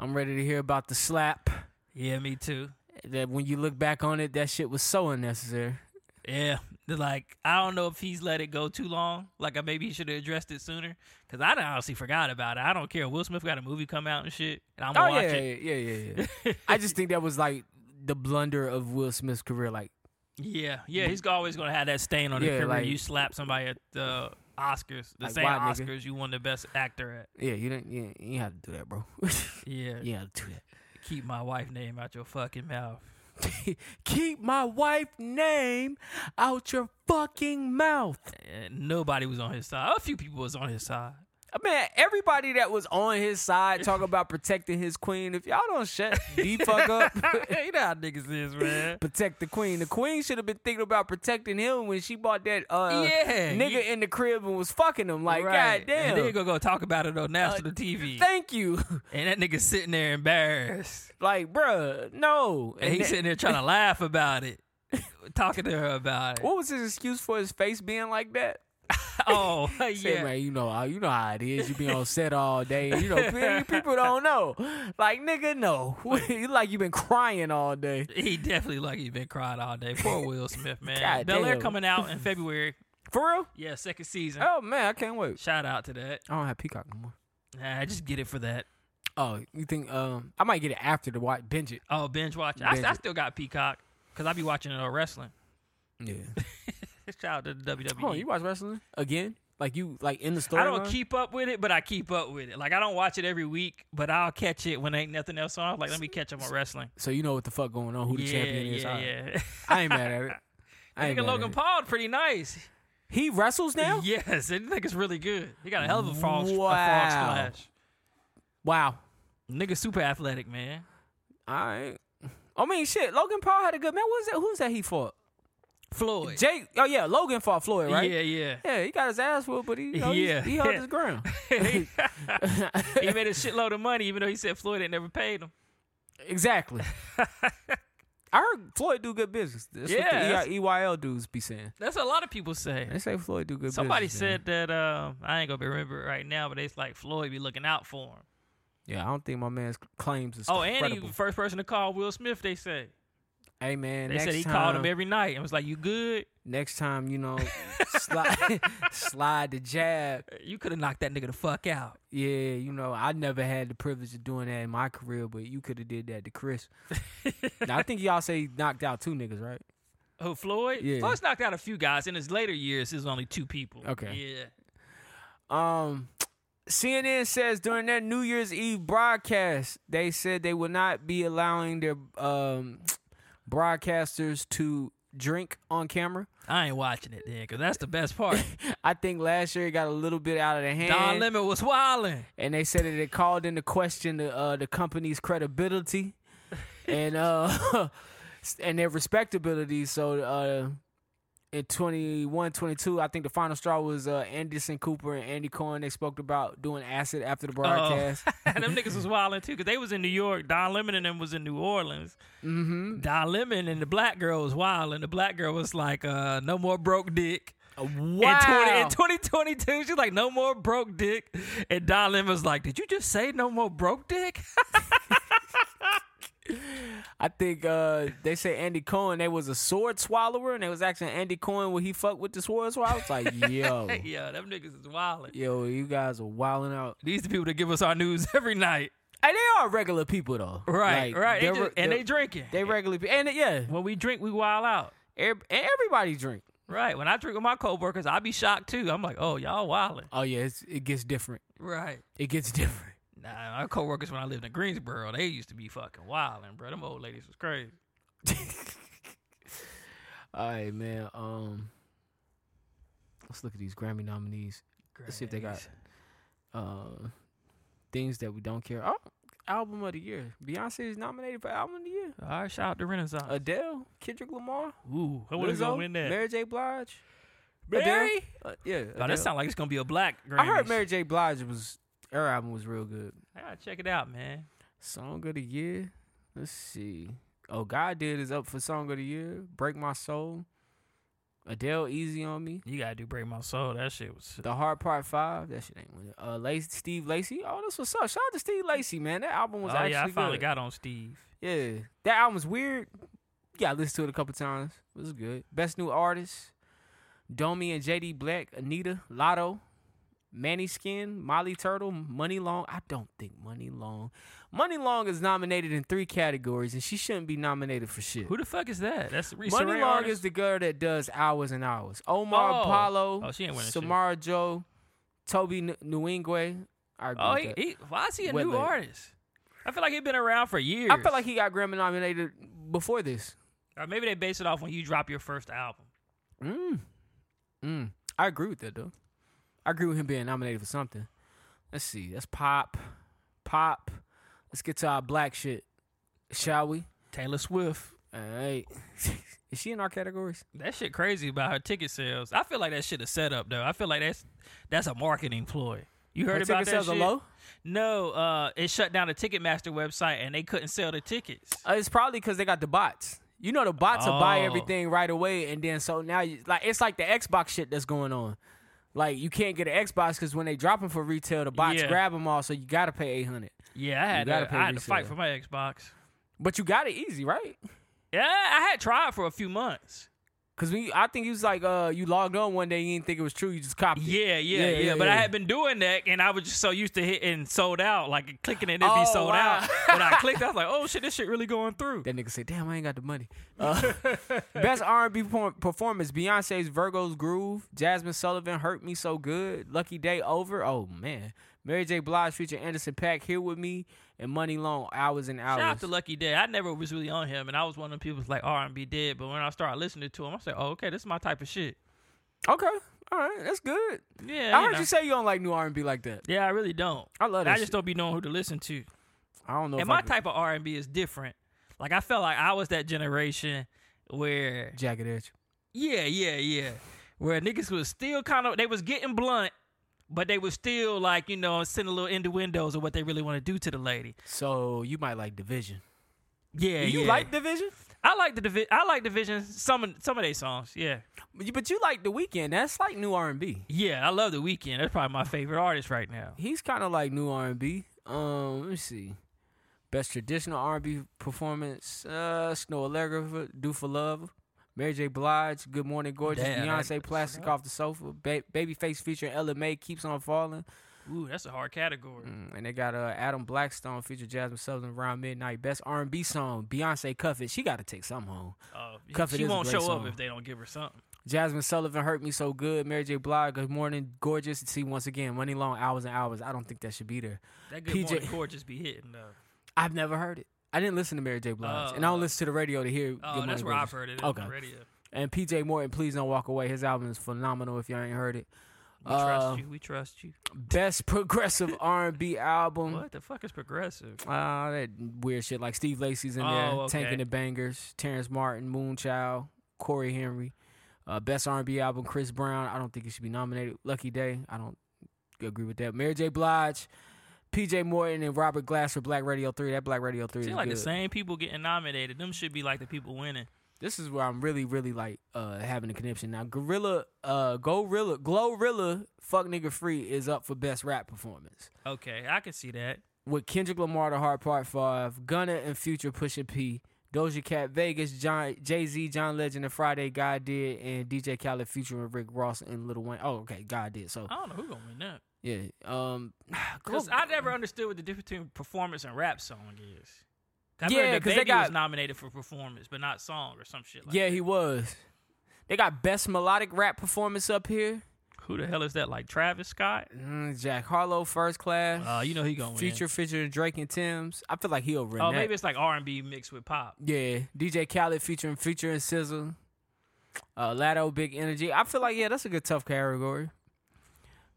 I'm ready to hear about the slap. Yeah, me too. That when you look back on it, that shit was so unnecessary. Yeah, They're like I don't know if he's let it go too long. Like I maybe he should have addressed it sooner. Cause I done honestly forgot about it. I don't care. Will Smith got a movie come out and shit, and I'm Oh gonna watch yeah, it. yeah, yeah, yeah, yeah. I just think that was like the blunder of Will Smith's career. Like, Yeah, yeah. He's always gonna have that stain on his Yeah, career. like- you slap somebody at the Oscars, the Like, same why, Oscars nigga? you won the best actor at. yeah, you didn't, you, you had to do that, bro. Yeah. you had to do that. Keep my wife name out your fucking mouth. Keep my wife name out your fucking mouth. And nobody was on his side. A few people was on his side. Man, everybody that was on his side talking about protecting his queen. If y'all don't shut the fuck up, you know how niggas is, man. protect the queen. The queen should have been thinking about protecting him when she bought that uh, Yeah, nigga you- in the crib and was fucking him. Like, Right. goddamn. And they gonna go talk about it on national TV. Thank you. And that nigga sitting there embarrassed. like, bruh, no. And he's that- sitting there trying to laugh about it. Talking to her about it. what was his excuse for his face being like that? Oh, Say, yeah. man, you know how you know how it is. You be on set all day. You know, pe- people don't know. Like, nigga, no. like you been crying all day. He definitely like he been crying all day. Poor Will Smith, man. God Bel Air damn. coming out in February. For real? Yeah, second season. Oh man, I can't wait. Shout out to that. I don't have Peacock no more. Nah, I just get it for that. Oh, you think um I might get it after the white binge it. Oh, binge watch. I, Binge I it. still got Peacock because I be watching it on wrestling. Yeah. Shout out to the WWE. oh, you watch wrestling again? Like you like in the story? I don't keep up with it, but I keep up with it. Like I don't watch it every week, but I'll catch it when ain't nothing else on. Like let me catch up on wrestling. so you know what the fuck going on, who the yeah, champion is. yeah, I, yeah. I ain't mad at it. I ain't Nigga mad at Logan it. Paul pretty nice. He wrestles now. Yes, and nigga's really good. He got a hell of a frog, a frog Wow. splash. Wow. Nigga super athletic, man. All right. I mean, shit. Logan Paul had a good man. What was that? Who's that? He fought Floyd. Jake. Oh yeah, Logan fought Floyd, right? Yeah, yeah. Yeah, he got his ass whooped, but he, you know, he's- Yeah. he held his ground. he made a shitload of money, even though he said Floyd had never paid him. Exactly. I heard Floyd do good business. That's Yeah, what that's- the E EI EYL dudes be saying. That's what a lot of people say. They say Floyd do good Somebody business. man. said that um, I ain't gonna be remember it right now, but it's like Floyd be looking out for him. Yeah, I don't think my man's claims is Oh, and he credible. was the first person to call Will Smith. They say Hey man, they next said he time, called him every night and was like, "You good? next time, you know, slide, slide the jab. You could have knocked that nigga the fuck out." Yeah, you know, I never had the privilege of doing that in my career, but you could have did that to Chris. now I think y'all say he knocked out two niggas, right? Who Floyd? Yeah. Floyd's knocked out a few guys in his later years. There's only two people. Okay. Yeah. Um, CNN says during their New Year's Eve broadcast, they said they will not be allowing their um, broadcasters to drink on camera. I ain't watching it then, cause that's the best part. I think last year it got a little bit out of the hand, Don Lemon was wilding. and they said that it called into question the uh, the company's credibility and uh and their respectability. So uh. In 21, 22, I think the final straw was uh, Anderson Cooper and Andy Cohen. They spoke about doing acid after Oh. the broadcast. and them niggas was wilding too, cause they was in New York. Don Lemon and them was in New Orleans. Mm-hmm. Don Lemon and the black girl was wild, and the black girl was like, uh, "No more broke dick." Wow. In, 20, in 2022, she's like, "No more broke dick," and Don Lemon was like, "Did you just say no more broke dick?" I think uh, they say Andy Cohen, they was a sword swallower, and they was asking Andy Cohen would he fuck with the sword swallower. It's like, yo, yeah, them niggas is wilding. yo, you guys are wilding out. These the people that give us our news every night, And they are regular people though, right? Like, right, they're they re- just- and they're- they drinking. They regular people, and yeah, when we drink, we wild out. every, and everybody drink. Right. When I drink with my coworkers, I be shocked too. I'm like, "Oh, y'all wilding." Oh yeah, it's, it gets different. Right. It gets different. Nah, my coworkers when I lived in Greensboro, they used to be fucking wilding, bro. Them old ladies was crazy. All right, man. Um, let's look at these Grammy nominees. Let's see if they got uh, things that we don't care. Oh, album of the year. Beyonce is nominated for album of the year. All right, shout out to Renaissance. Adele, Kendrick Lamar, Ooh, I want to Lizzo, win that. Mary J. Blige. Mary? Adele. Uh, yeah. Oh, Adele. that sound like it's gonna be a black. Grammys. I heard Mary J. Blige was her album was real good. I gotta check it out, man. Song of the year. Let's see. Oh, God did is up for song of the year. Break my soul. Adele, easy on me. You gotta do break my soul. That shit was. The hard part five. That shit ain't. win. Uh, Lace, Steve Lacey. Oh, this was up. Shout out to Steve Lacey, man. That album was oh actually yeah, I finally good. got on Steve. Yeah, that album's weird. Yeah, I listened to it a couple times. It was good. Best new artist: Domi and JD Black, Anita, Lotto, Manny Skin, Molly Turtle, Money Long. I don't think Money Long. Money Long is nominated in three categories, and she shouldn't be nominated for shit. Who the fuck is that? That's Risa Money Ray Long artist? is the girl that does hours and hours. Omar Oh. Apollo, Oh, she ain't winning shit. Samara Joe, Toby N- Nwingwe. I agree Oh, with he, that. he, why is he a Wet new leg. artist? I feel like he's been around for years. I feel like he got Grammy nominated before this. or maybe they base it off when you drop your first album. Mm. Mm. I agree with that though. I agree with him being nominated for something. Let's see. That's pop. Pop. Let's get to our black shit. Shall we? Taylor Swift. Alright. Is she in our categories? That shit crazy about her ticket sales. I feel like that shit is set up though. I feel like that's that's a marketing ploy. You heard Her about ticket that sales are shit? low? No, uh, it shut down the Ticketmaster website and they couldn't sell the tickets. Uh, it's probably because they got the bots. You know the bots will buy Oh. everything right away, and then so now you, like it's like the Xbox shit that's going on. Like you can't get an Xbox because when they drop them for retail, the bots Yeah. grab them all, so you gotta pay eight hundred. Yeah, I had gotta to, pay I had to fight resale. for my Xbox. But you got it easy, right? Yeah, I had tried for a few months. Cause we, I think he was like, uh, you logged on one day, you didn't think it was true, you just copied. it. Yeah, yeah, yeah. but I had been doing that, and I was just so used to hitting sold out, like clicking and it Oh, be sold wow. out. When I clicked, I was like, "Oh shit, this shit really going through." That nigga said, "Damn, I ain't got the money." Uh, best R&B perform- performance: Beyonce's "Virgo's Groove," Jasmine Sullivan "Hurt Me So Good," Lucky Day Over. Oh man, Mary J. Blige featuring Anderson Pack here with me and Money Long hours and hours. Shout out to Lucky Dead. I never was really on him, and I was one of the people who's like R and B dead. But when I started listening to him, I said, "Oh, okay, this is my type of shit." okay, all right, that's good. Yeah, I you heard know. you say you don't like new R and B like that. Yeah, I really don't. I love that I just shit. don't be knowing who to listen to. I don't know. if and my I could- type of R and B is different. Like I felt like I was that generation where jagged edge. yeah, yeah, yeah, where niggas was still kind of they was getting blunt, but they was still like you know sending little innuendos of what they really want to do to the lady. So you might like Division. Yeah, you yeah. like Division, I like the divi- I like Division some of, some of their songs. Yeah, but you, but you like The Weeknd. That's like new R and B. yeah. I love the Weekend. That's probably my favorite artist right now. He's kind of like new R and B. Um, let me see. Best traditional R and B performance: uh, Snow Allegra, "Do for Love," Mary J. Blige, "Good Morning Gorgeous," Damn, I Beyonce, ain't- "Plastic Off the Sofa," ba- Babyface featuring Ella May, "Keeps on Falling," Ooh, that's a hard category. Mm, and they got uh, Adam Blackstone featuring Jasmine Sullivan around midnight. Best R and B song: Beyonce, "Cuff It." She got to take something home. Oh, Cuff It she is a won't great show song. up if they don't give her something. Jasmine Sullivan hurt me so good. Mary J. Blige, good morning, gorgeous. See once again, money long hours and hours. I don't think that should be there. That good PJ morning gorgeous be hitting though. I've never heard it. I didn't listen to Mary J. Blige, Oh. and I don't listen to the radio to hear. Oh, Good that's Morning, where I've Gorgeous. heard it. Okay. already. And P.J. Morton, please don't walk away. His album is phenomenal. If you all ain't heard it, We Uh, trust you. We trust you. best progressive R&B album. What the fuck is progressive? Uh, that weird shit like Steve Lacy's in there, Oh, Tank okay. and the Bangers, Terrence Martin, Moonchild, Corey Henry. Uh, best R&B album, Chris Brown. I don't think it should be nominated. Lucky Day. I don't agree with that. Mary J. Blige, P.J. Morton, and Robert Glass for Black Radio Three. That Black Radio Three Seem is like good. the same people getting nominated. Them should be like the people winning. This is where I'm really, really like uh, having a connection now. Gorilla, uh, Gorilla, Glorilla, fuck nigga free is up for best rap performance. Okay, I can see that. with Kendrick Lamar the Hard Part Five, Gunna and Future Pusha P, Doja Cat, Vegas, John Jay Z, John Legend, and Friday God did, and DJ Khaled Future and Rick Ross and Lil Wayne. Oh, okay, God did. So I don't know who gonna win that. yeah, um, Cause I never understood what the difference between performance and rap song is. I Yeah, remember 'cause the they baby was got- nominated for performance, but not song or some shit. Like yeah, he was. They got best melodic rap performance up here. who the hell is that? Like Travis Scott? Mm, Jack Harlow, First Class. Uh, you know he gonna win. Future featuring Drake and Tim's. I feel like he over. Oh, maybe it's like R and B mixed with pop. Yeah, DJ Khaled featuring Future and Sizzle. Uh, Lato, Big Energy. I feel like yeah, that's a good tough category.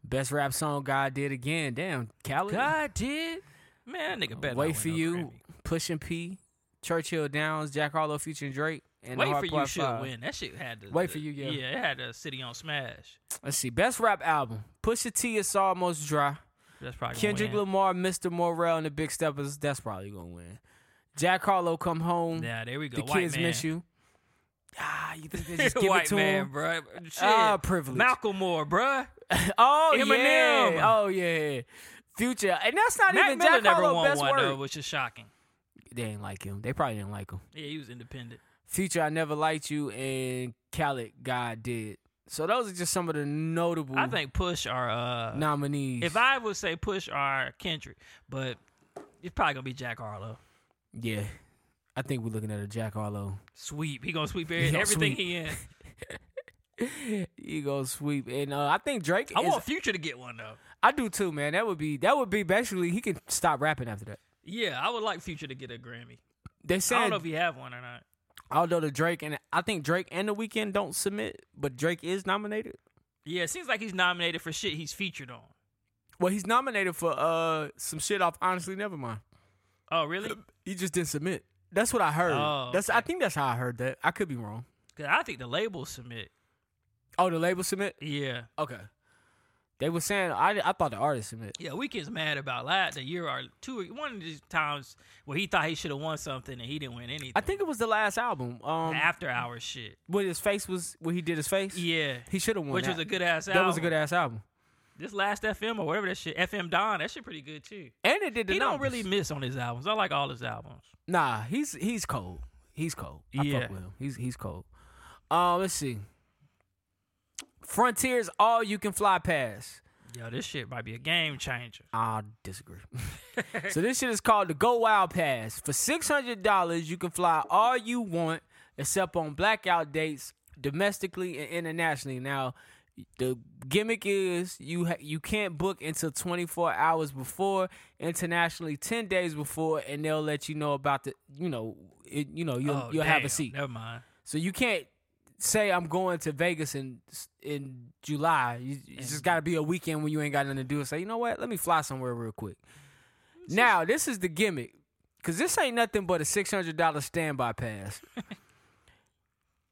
Best rap song, God did again. Damn, Khaled. God did, man, that nigga better. not Uh, win Wait for no you, Grammy. pushing P, Churchill Downs, Jack Harlow featuring Drake, and the Wait Hard for you Part should Five. win. That shit had to. Wait For You, yeah. Yeah, it had a city on smash. Let's see, best rap album. Pusha T is almost dry. That's probably gonna Kendrick win. Lamar, Mr. Morel, and the Big Steppers. That's probably gonna win. Jack Harlow, come home. Yeah, there we go. the White kids man. miss you. Ah, you think they just give White it to man, him? bro. Shit. Ah, privilege. Malcolm Moore, bruh. Oh Eminem. yeah. Oh yeah. Future. And that's not Mac even Miller Jack never Harlow won best one though, word. which is shocking. They didn't like him. They probably didn't like him. Yeah, he was independent. Future, I never liked you, and Khaled, God did. So those are just some of the notable I think Push or uh, nominees. if I would say Push or Kendrick, but it's probably gonna be Jack Harlow. yeah, I think we're looking at a Jack Harlow. Sweep. He gonna sweep every- He gonna everything sweep. he in. You go sweep, and uh, I think Drake. I is, want Future to get one though. I do too, man. That would be that would be basically he can stop rapping after that. Yeah, I would like Future to get a Grammy. They I don't said know if he have one or not. although the Drake and I think Drake and the Weekend don't submit, but Drake is nominated. Yeah, it seems like he's nominated for shit he's featured on. Well, he's nominated for uh some shit off. Honestly, never mind. Oh, really? He just didn't submit. That's what I heard. Oh, That's I think that's how I heard that. I could be wrong. Because I think the label submit. Oh, the label submit. Yeah. Okay. They were saying I, I thought the artist submit. Yeah, Weekend's mad about that. The year or two, one of these times where he thought he should have won something and he didn't win anything. I think it was the last album. Um, The after hour shit. when his face was when he did his face. Yeah, he should have won. which that. was a good ass That album. was a good ass album. This last FM or whatever that shit, FM Don, that shit pretty good too. And it did the He don't numbers. really miss on his albums. I like all his albums. Nah, he's he's cold. He's cold. I Yeah. fuck with him. He's he's cold. Uh, let's see. Frontiers, all you can fly past. Yo, this shit might be a game changer. I disagree. so this shit is called the Go Wild Pass. For six hundred dollars, you can fly all you want, except on blackout dates, domestically and internationally. Now, The gimmick is you ha- you can't book until 24 hours before internationally, 10 days before, and they'll let you know about the you know it, you know you'll Oh, you'll have damn. a seat. Never mind. So you can't say I'm going to Vegas in in July. You, it's just got to be a weekend when you ain't got nothing to do. And say, you know what? Let me fly somewhere real quick. Now this is the gimmick, cause this ain't nothing but a six hundred dollar standby pass.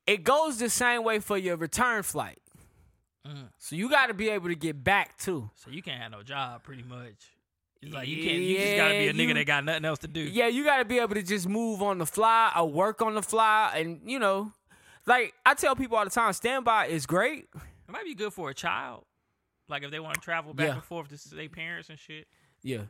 it goes the same way for your return flight. So you got to be able to get back too. So you can't have no job, pretty much. It's like you can't. You just gotta be Yeah, a nigga you- that got nothing else to do. Yeah, you got to be able to just move on the fly or work on the fly, and you know, like I tell people all the time, standby is great. It might be good for a child. Like if they want to travel back Yeah. and forth to their parents and shit. Yeah,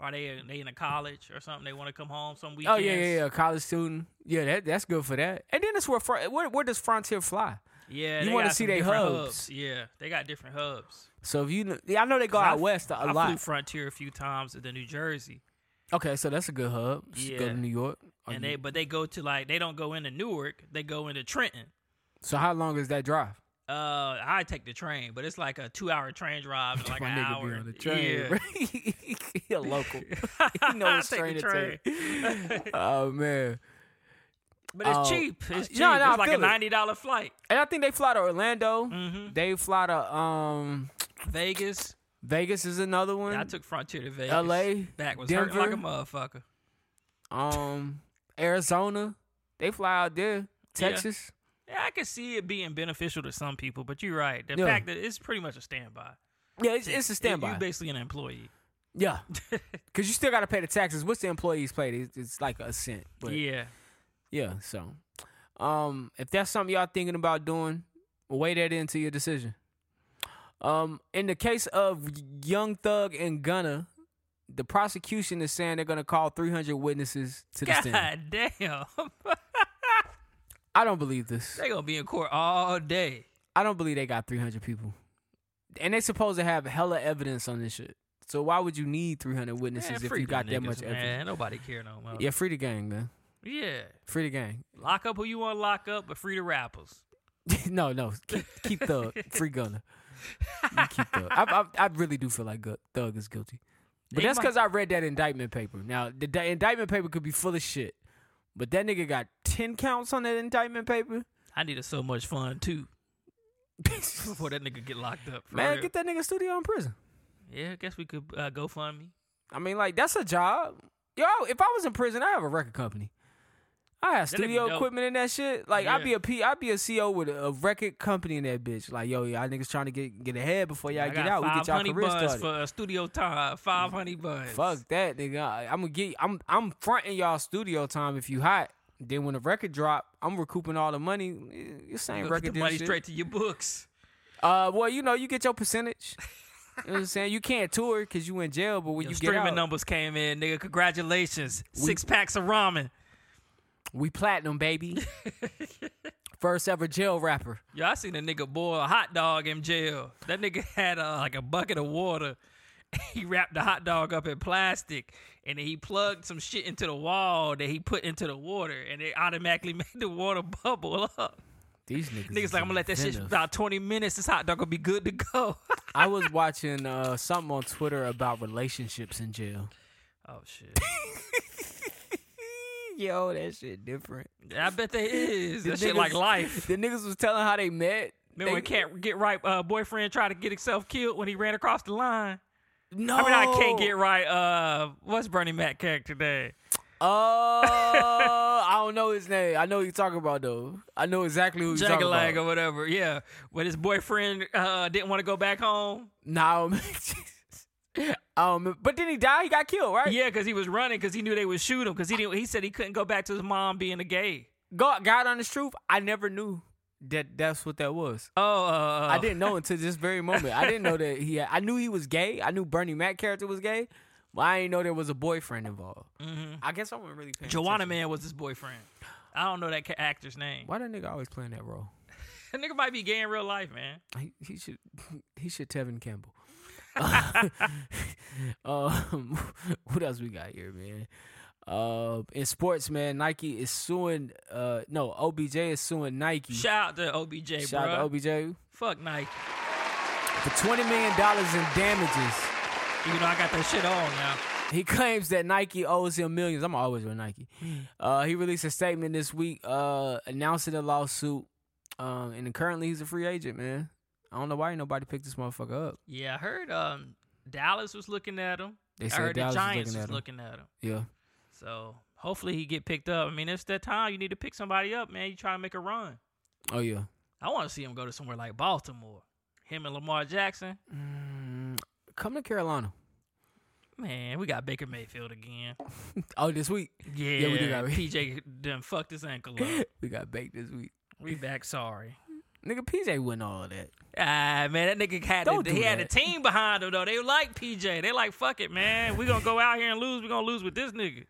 Or they they in a college or something. They want to come home some Oh weekends. yeah, yeah, yeah. College student. Yeah, that that's good for that. And then it's where Fron- where, where does Frontier fly? Yeah, You they wanna got see some they different hubs. Yeah, they got different hubs. So if you, kn- yeah, I know they go out I- west a I flew lot. Frontier a few times to the New Jersey, okay, so that's a good hub. Just Go Yeah. to New York. Oh, Are and you- they but they go to like they don't go into Newark, they go into Trenton. so how long is that drive? Uh, I take the train, but it's like a two-hour train drive, and like My an nigga hour. be on the train. Yeah. bro. he a local. he I knows take train the to take. Oh man. But it's Oh. cheap. It's Uh, cheap. no, no, I it's like a feel it. ninety dollar flight. And I think they fly to Orlando. Mm-hmm. They fly to um Vegas. Vegas is another one. I took Frontier to Vegas. LA, Back was hurting like a Denver. motherfucker. um Arizona. They fly out there. Texas. Yeah, I can see it being beneficial to some people, but you're right. The Yeah. fact that it's pretty much a standby. Yeah, it's, it's a standby. You're basically an employee. Yeah, because you still got to pay the taxes. What's the employees paid? It's, it's like a cent. But yeah. yeah. So, um, if that's something y'all thinking about doing, weigh that into your decision. Um, in the case of Young Thug and Gunna, the prosecution is saying they're gonna call 300 witnesses to the stand. God damn. I don't believe this. they gonna be in court all day. I don't believe they got 300 people, and they supposed to have hella evidence on this shit. So why would you need 300 witnesses Man, if free you got them that niggas, much evidence? man. Nobody care no more. Yeah, free the gang, man. Yeah. Free the gang. Lock up who you want to lock up, but free the rappers. no, no, keep, keep Thug free Gunner. You keep Thug. I, I, I really do feel like Gu- Thug is guilty, but They that's might- because I read that indictment paper. Now the di- indictment paper could be full of shit, but that nigga got ten counts on that indictment paper. I needed so much fun too before that nigga get locked up. for Man, real. get that nigga studio in prison. Yeah, I guess we could uh, go fund me. I mean, like that's a job. Yo, if I was in prison, I have a record company. I have That'd be studio dope. equipment and that shit. Like I'd be Yeah. a P, I'd be a CO with a, a record company in that bitch. Like yo, y'all niggas trying to get get ahead before y'all I get got out. We five get y'all honey career buns started. for uh, studio time. Five honey buns. Fuck that, nigga. I, I'm gonna get. I'm I'm fronting y'all studio time if you hot. Then when the record drop, I'm recouping all the money. Eh, It's same Put record the deal money shit. straight to your books. Uh, well, you know, you get your percentage. you know what I'm saying? You can't tour because you in jail, but when Your you get streaming out, numbers came in, nigga. Congratulations. Six packs of ramen. we platinum, baby. First ever jail rapper. Yo, I seen a nigga boil a hot dog in jail. That nigga had uh, like a bucket of water. He wrapped the hot dog up in plastic, and then he plugged some shit into the wall that he put into the water, and it automatically made the water bubble up. These niggas. Niggas is like, I'm gonna let that shit inventive. about 20 minutes. This hot dog gonna be good to go. I was watching uh, something on Twitter about relationships in jail. oh shit! Yo, that shit different. I bet they is. The That shit niggas- like life. The niggas was telling how they met. Remember when They- can't get right uh, boyfriend tried to get himself killed when he ran across the line. No, I mean, I can't get right. Uh, what's Bernie Mac character name? Oh, I don't know his name. I know who you're talking about though. I know exactly who you're talking Jangalang or about. whatever. Yeah, when his boyfriend uh, didn't want to go back home. Nah, um, but then he died. He got killed, right? Yeah, because he was running because he knew they would shoot him because he didn't. He said he couldn't go back to his mom being a gay. God, God on the truth. I never knew that that's what that was. Oh, uh, I didn't know until this very moment. I didn't know that he. Had, I knew he was gay. I knew Bernie Mac character was gay, but I didn't know there was a boyfriend involved. I guess I wasn't really paying. Mm-hmm. Joanna attention. Man was his boyfriend. I don't know that ca- actor's name. Why that nigga always playing that role? That nigga might be gay in real life, man. He, he should he should Tevin Campbell. um, what else we got here, man? Uh, in sports, man, Nike is suing. Uh, no, OBJ is suing Nike. Shout out to OBJ, Mm-hmm. Shout bro. out to OBJ Fuck Nike. for twenty million dollars in damages. Even though I got that shit on now. He claims that Nike owes him millions. I'm always with Nike. Uh, he released a statement this week uh, announcing the lawsuit. Um, and currently he's a free agent, man. I don't know why ain't nobody picked this motherfucker up. Yeah, I heard um, Dallas was looking at him. They I said heard Dallas the was Giants looking at was him. looking at him. Yeah. So hopefully he get picked up. I mean, it's that time you need to pick somebody up, man. You try to make a run. Oh yeah. I want to see him go to somewhere like Baltimore. Him and Lamar Jackson. Mm, Come to Carolina. Man, we got Baker Mayfield again. Oh, this week. Yeah, we do got- PJ done fucked his ankle up. We got baked this week. We back sorry. Nigga, PJ win all of that. Ah man, that nigga had Don't a, do he had a that. team behind him though. They like PJ. They like fuck it, man. We gonna go out here and lose. We gonna lose with this nigga.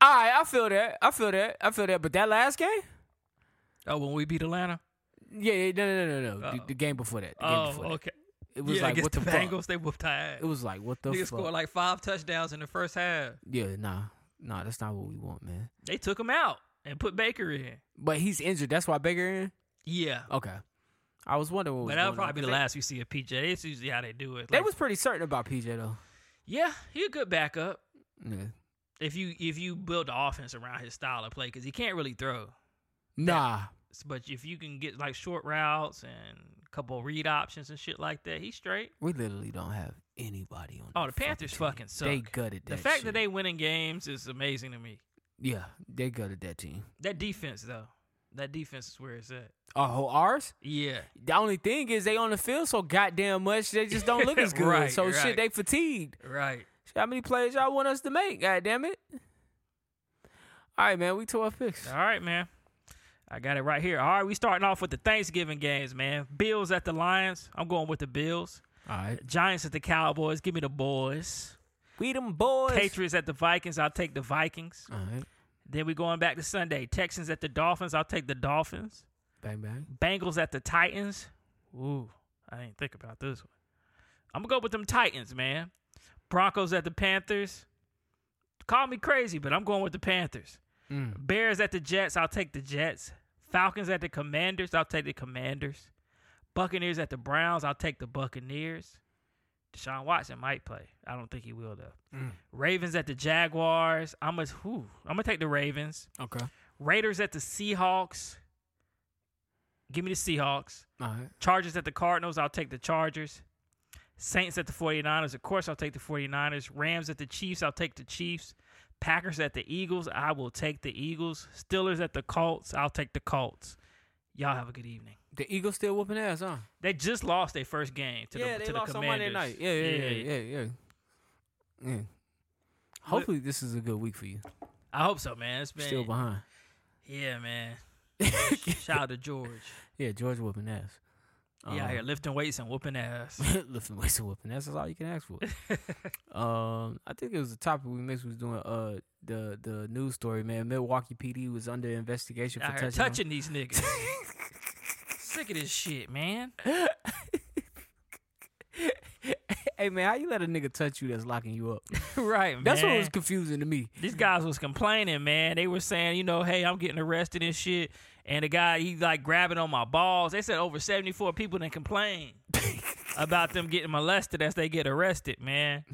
All right, I feel that. I feel that. I feel that. But that last game? Oh, when we beat Atlanta. Yeah, yeah no, no, no, no, no. The, Uh-oh. the game before that. The game before Oh, that. okay. It was yeah, like against what the, the fuck? Bengals, they whooped our ass. It was like what the Nigga fuck? scored like five touchdowns in the first half. yeah, nah, nah. That's not what we want, man. They took him out and put Baker in. But he's injured. That's why Baker in. Yeah. Okay. I was wondering what was But that'll going on, probably be the 'cause they- last we see of PJ. That's usually how they do it. They Like, was pretty certain about PJ though. yeah, he a good backup Yeah. if you if you build the offense around his style of play because he can't really throw. Nah. But if you can get like short routes and a couple read options and shit like that, he's straight. We literally don't have anybody on. Oh, that the Panthers fucking fucking team. suck. They gutted the that fact shit. that they winning games is amazing to me. Yeah, they gutted that team. That defense though, that defense is where it's at. Oh, ours? Yeah, The only thing is they on the field so goddamn much they just don't look as good. Right, so right. shit, they fatigued. right. Shit, How many plays y'all want us to make? God damn it. All right, man, we twelve picks. All right, man. I got it right here. All right, we starting off with the Thanksgiving games, man. Bills at the Lions. I'm going with the Bills. All right, Giants at the Cowboys. Give me the boys. we them boys. Patriots at the Vikings. I'll take the Vikings. All right, Then we going back to Sunday. Texans at the Dolphins. I'll take the Dolphins. bang bang. Bengals at the Titans. Ooh, I didn't think about this one. I'm gonna go with them Titans, man. Broncos at the Panthers. Call me crazy, but I'm going with the Panthers. Bears at the Jets. I'll take the Jets. Falcons at the Commanders. I'll take the Commanders. Buccaneers at the Browns. I'll take the Buccaneers. Deshaun Watson might play. I don't think he will though. Ravens at the Jaguars. I'm gonna, whew, I'm gonna take the Ravens. Okay. Raiders at the Seahawks. Give me the Seahawks. All right. Chargers at the Cardinals. I'll take the Chargers. Saints at the 49ers. Of course, I'll take the 49ers. Rams at the Chiefs. I'll take the Chiefs. Packers at the Eagles. I will take the Eagles. Steelers at the Colts. I'll take the Colts. Y'all have a good evening. The Eagles still whooping ass, huh? They just lost their first game to yeah, the they to lost the on Commanders. Monday night. Yeah, yeah, yeah, yeah, yeah. yeah. Yeah. Hopefully, this is a good week for you. I hope so, man. It's been Still behind. yeah, man. Shout out to George. Yeah, George whooping ass. Uh, Yeah, Uh-huh. out here lifting weights and whooping ass. Lifting weights and whooping ass is all you can ask for. um, I think it was the topic we mixed was doing uh the the news story. Man, Milwaukee PD was under investigation for out here touching. touching these niggas. Sick of this shit, man. Hey man, how you let a nigga touch you that's locking you up? right, man. That's what was confusing to me. these guys was complaining, man. They were saying, you know, hey, I'm getting arrested and shit. And the guy, he like grabbing on my balls. They said over 74 people didn't complain about them getting molested as they get arrested, man.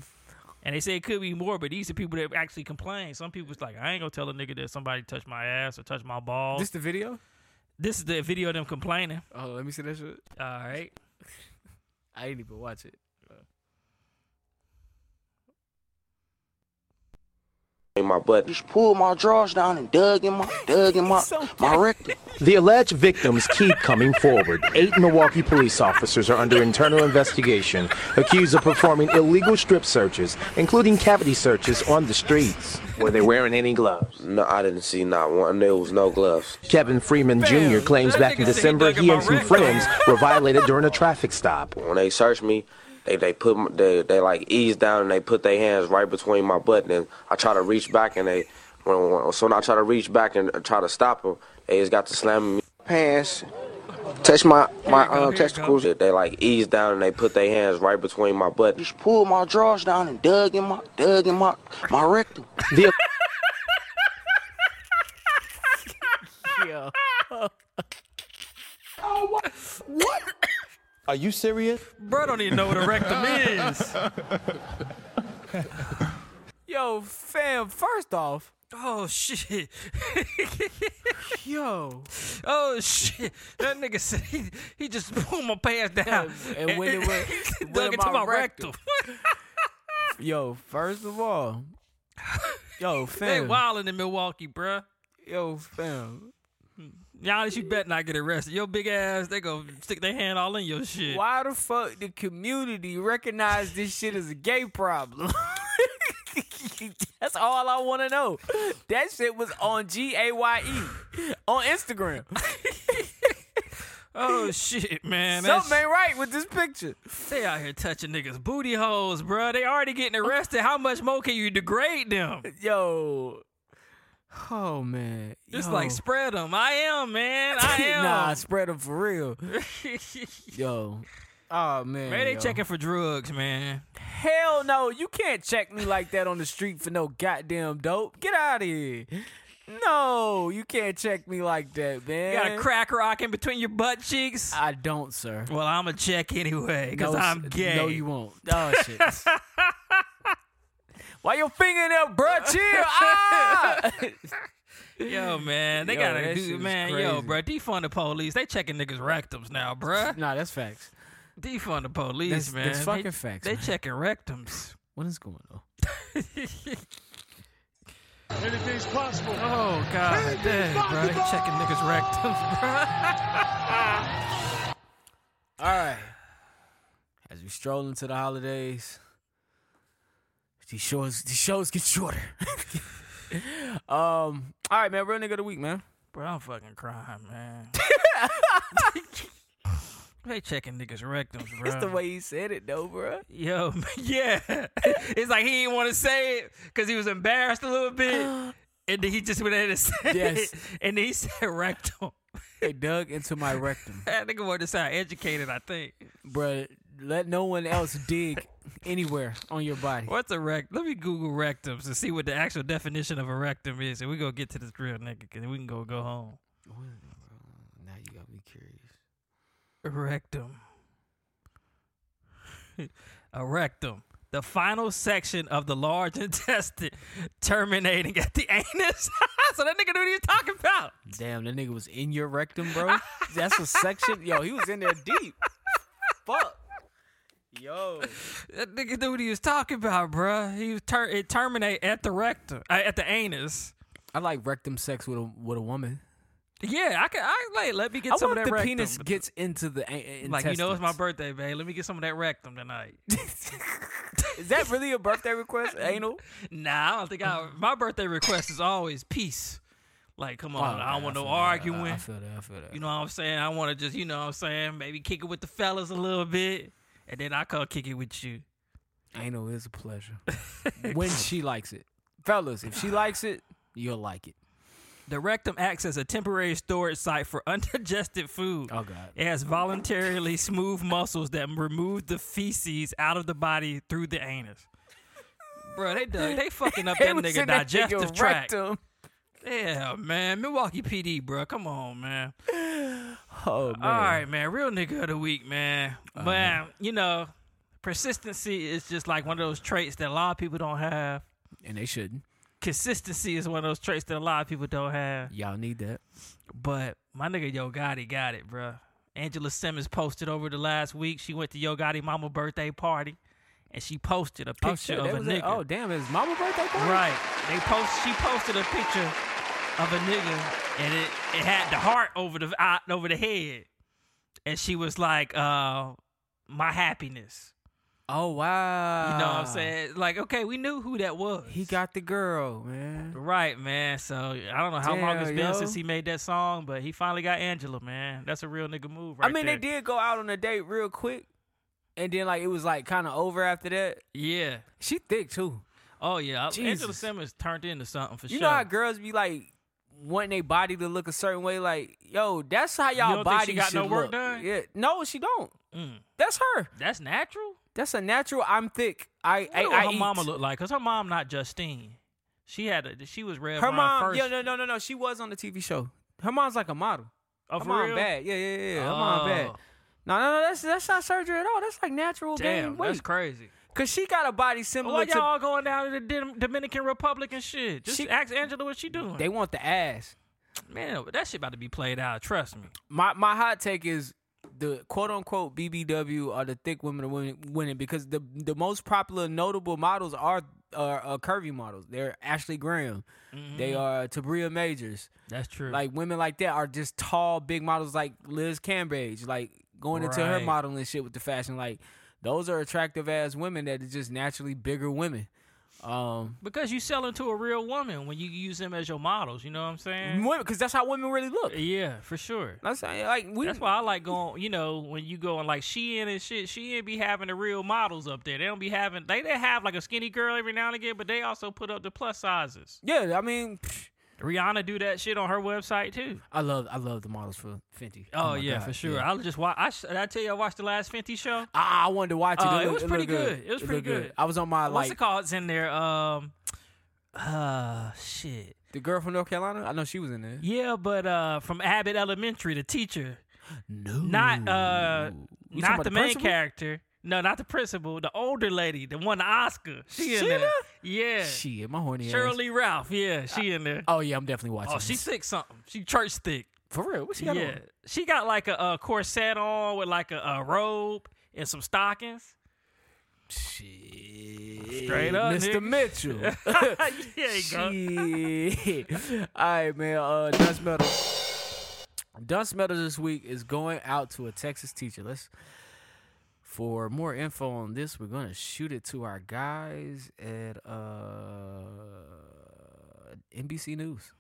And they say it could be more, but these are people that actually complain. Some people was like, I ain't gonna tell a nigga that somebody touched my ass or touched my balls. This This, the video? is the video of them complaining. Oh, let me see that shit. All right. I ain't even watch it. my butt. Just pulled my drawers down and dug in my dug in my So my rectum. The alleged victims keep coming forward. Eight Milwaukee police officers are under internal investigation, accused of performing illegal strip searches, including cavity searches on the streets. Were they wearing any gloves? No, I didn't see not one. There was no gloves. Kevin Freeman Jr. claims That back in nigga said he December dug in he my and some rectum. friends were violated during a traffic stop. When they searched me, they they put m- they they like eased down and they put their hands right between my butt. And then I try to reach back and they when, when soon I try to reach back and uh, try to stop them, they just got to slamming me. Pants. Touch my my go, here um, it testicles. uh, They they, like eased down and they put their hands right between my butt. Just pulled my drawers down and dug in my dug in my my rectum. The Are you serious? Bro, don't even know what a rectum is. Yo, fam, first off, Oh shit. yo. Oh shit. That nigga said he, he just pulled my pants down And when it went- dug went in into my my rectum. Yo, first of all, yo, they fam. wildin' in Milwaukee, bruh. Yo, fam. Giannis, you bet not get arrested. Your big ass, they gonna stick their hand all in your shit. Why the fuck the community recognize this shit as a gay problem? That's all I want to know. That shit was on G A Y E on Instagram. Oh shit, man. That's- Something ain't right with this picture. They out here touching niggas' booty holes, bruh. They already getting arrested. How much more can you degrade them? Yo. Oh man. Just Yo. like spread them. I am, man. I am. nah, spread them for real. Yo. Oh man. man, they yo. checking for drugs, man. Hell no, you can't check me like that on the street for no goddamn dope. Get out of here. No, you can't check me like that, man. You got a crack rock in between your butt cheeks. I don't, sir. Well, I'm a check anyway, because Ah. No, I'm s- gay. No, you won't. Oh shit. Why your finger in there, bruh? Chill. Ah! Yo, man, they Yo, gotta that shit do, is man. crazy. Yo, bro, defund the police. They checking niggas' rectums now, bruh. nah, that's facts. Defund the police, That's- man. that's they, fucking facts, They man. checking rectums. What is going on? Anything's possible. Oh god, damn, bro, they checking niggas' rectums, bro. All right. As we stroll into the holidays, these shows these shows get shorter. um. All right, man. Real nigga of the week, man. Bro, I'm fucking crying, man. they checking niggas' rectums, bro. That's the way he said it, though, bruh. Yo, yeah. it's like he didn't want to say it because he was embarrassed a little bit. And then he just went ahead and said Yes. it. And then he said rectum. They dug into my rectum, That nigga wanted to sound educated, I think. bruh. Let no one else dig anywhere on your body. What's a rectum? Let me Google rectums and see what the actual definition of a rectum is. And we going to get to this real nigga because we can go go home. Now you got me curious. Rectum. a rectum. The final section of the large intestine terminating at the anus. so that nigga knew what he was talking about. Damn, that nigga was in your rectum, bro. That's a section. Yo, he was in there deep. Fuck. Yo. That nigga knew what he was talking about, bruh. He was ter- it terminate at the rectum, uh, at the anus. I like rectum sex with a with a woman. Yeah, I can. I like. Let me get I some wonder of if that the rectum. penis gets into the a- like you know, it's my birthday. birthday, babe. Let me get some of that rectum tonight. Is that really a birthday request? Anal? nah, I don't think I. My birthday request is always peace. Like, come on, I don't want no arguing. Oh, I feel that. I feel that. You know what I'm saying? I want to just, you know what I'm saying? Maybe kick it with the fellas a little bit, and then I come kick it with you. Anal is a pleasure when she likes it, fellas. If she likes it, you'll like it. The rectum acts as a temporary storage site for undigested food. Oh, God. It has voluntarily smooth muscles that remove the feces out of the body through the anus. Bro, they dug, they fucking up that It was nigga in that digestive nigga tract. rectum. Yeah, man. Milwaukee PD, bro. Come on, man. Oh man. All right, man. Real nigga of the week, man. Uh-huh. man, you know, persistency is just like one of those traits that a lot of people don't have. And they shouldn't. Consistency is one of those traits that a lot of people don't have. Y'all need that. But my nigga Yo Gotti got it, bruh. Angela Simmons posted over the last week. She went to Yo Gotti mama birthday party, and she posted a Oh, picture shit, that of a was it. nigga. oh damn, it's mama birthday party. right. They post. She posted a picture of a nigga, and it, it had the heart over the eye, over the head, and she was like, uh, "My happiness." Oh wow. You know what I'm saying? Like, okay, we knew who that was. Ah. He got the girl, man. Right, man. So I don't know how long it's Damn, been yo. since he made that song, but he finally got Angela, man. That's a real nigga move, right? I mean, there. they did go out on a date real quick, and then like it was like kind of over after that. Yeah. She thick too. Oh yeah. I- Angela Jesus. Simmons turned into something for You sure. know how girls be like wanting their body to look a certain way, like, yo, that's how y'all don't think body she got should no work look. done? Yeah. No, she don't. Mm. That's her. That's natural. That's a natural I'm thick. I I I, know what I her eat. mama looked like, cause her mom not Justine. She had a, she was red. her Vine mom first. yeah, no, no, no, no. She was on the TV show. Her mom's like a model. Oh, her for mom real? bad. Yeah, yeah, yeah. Her mom bad. Oh. No, no, no. That's that's not surgery at all. That's like natural Damn, gain weight. that's crazy. Cause she got a body similar Why to. y'all going down to the Dim- Dominican Republic and shit? Just She- ask Angela what she doing. They want the ass. Man, that shit about to be played out. Trust me. My my hot take is the quote unquote BBW are the thick women are winning, winning because the the most popular notable models are are, uh curvy models. They're Ashley Graham. They Mm-hmm. are Tabria Majors. That's true. Like women like that are just tall, big models like Liz Cambage, like going into her Right. modeling shit with the fashion. Like those are attractive ass women that are just naturally bigger women. Um, because you selling to a real woman when you use them as your models. You know what I'm saying? because that's how women really look. Yeah, for sure. That's like we. That's why I like going. You know, when you go on like Shein and shit, Shein be having the real models up there. They don't be having. They they have like a skinny girl every now and again, but they also put up the plus sizes. Yeah, I mean, psh, Rihanna do that shit on her website too. I love I love the models for Fenty. Oh, my yeah, God, for sure. I just watch. I, sh- did I tell you I watched the last Fenty show. I, I wanted to watch it. Uh, it looked- was looked pretty good. It was pretty looked good. I was on my What's like it called? It's in there. Um, uh, shit. the girl from North Carolina. I know she was in there. Yeah, but uh, from Abbott Elementary, the teacher, No, not uh, You talking not about the, the main principal? character. No, not the principal. The older lady, the one the Oscar. She in Sheila? there. Yeah, shit, my horny ass. Shirley Ralph. Yeah, she in there. Oh yeah, I'm definitely watching. Oh, she this. thick something. She church thick. for real. What she got Yeah, on? she got like a, uh corset on with like a, a robe and some stockings. Shit. Straight up, Mr. nigga. Mitchell. There you go. Shit. All right, man. Uh, Dunce Metal. Dunce Metal this week is going out to a Texas teacher. Let's. For more info on this, we're gonna shoot it to our guys at uh, NBC News.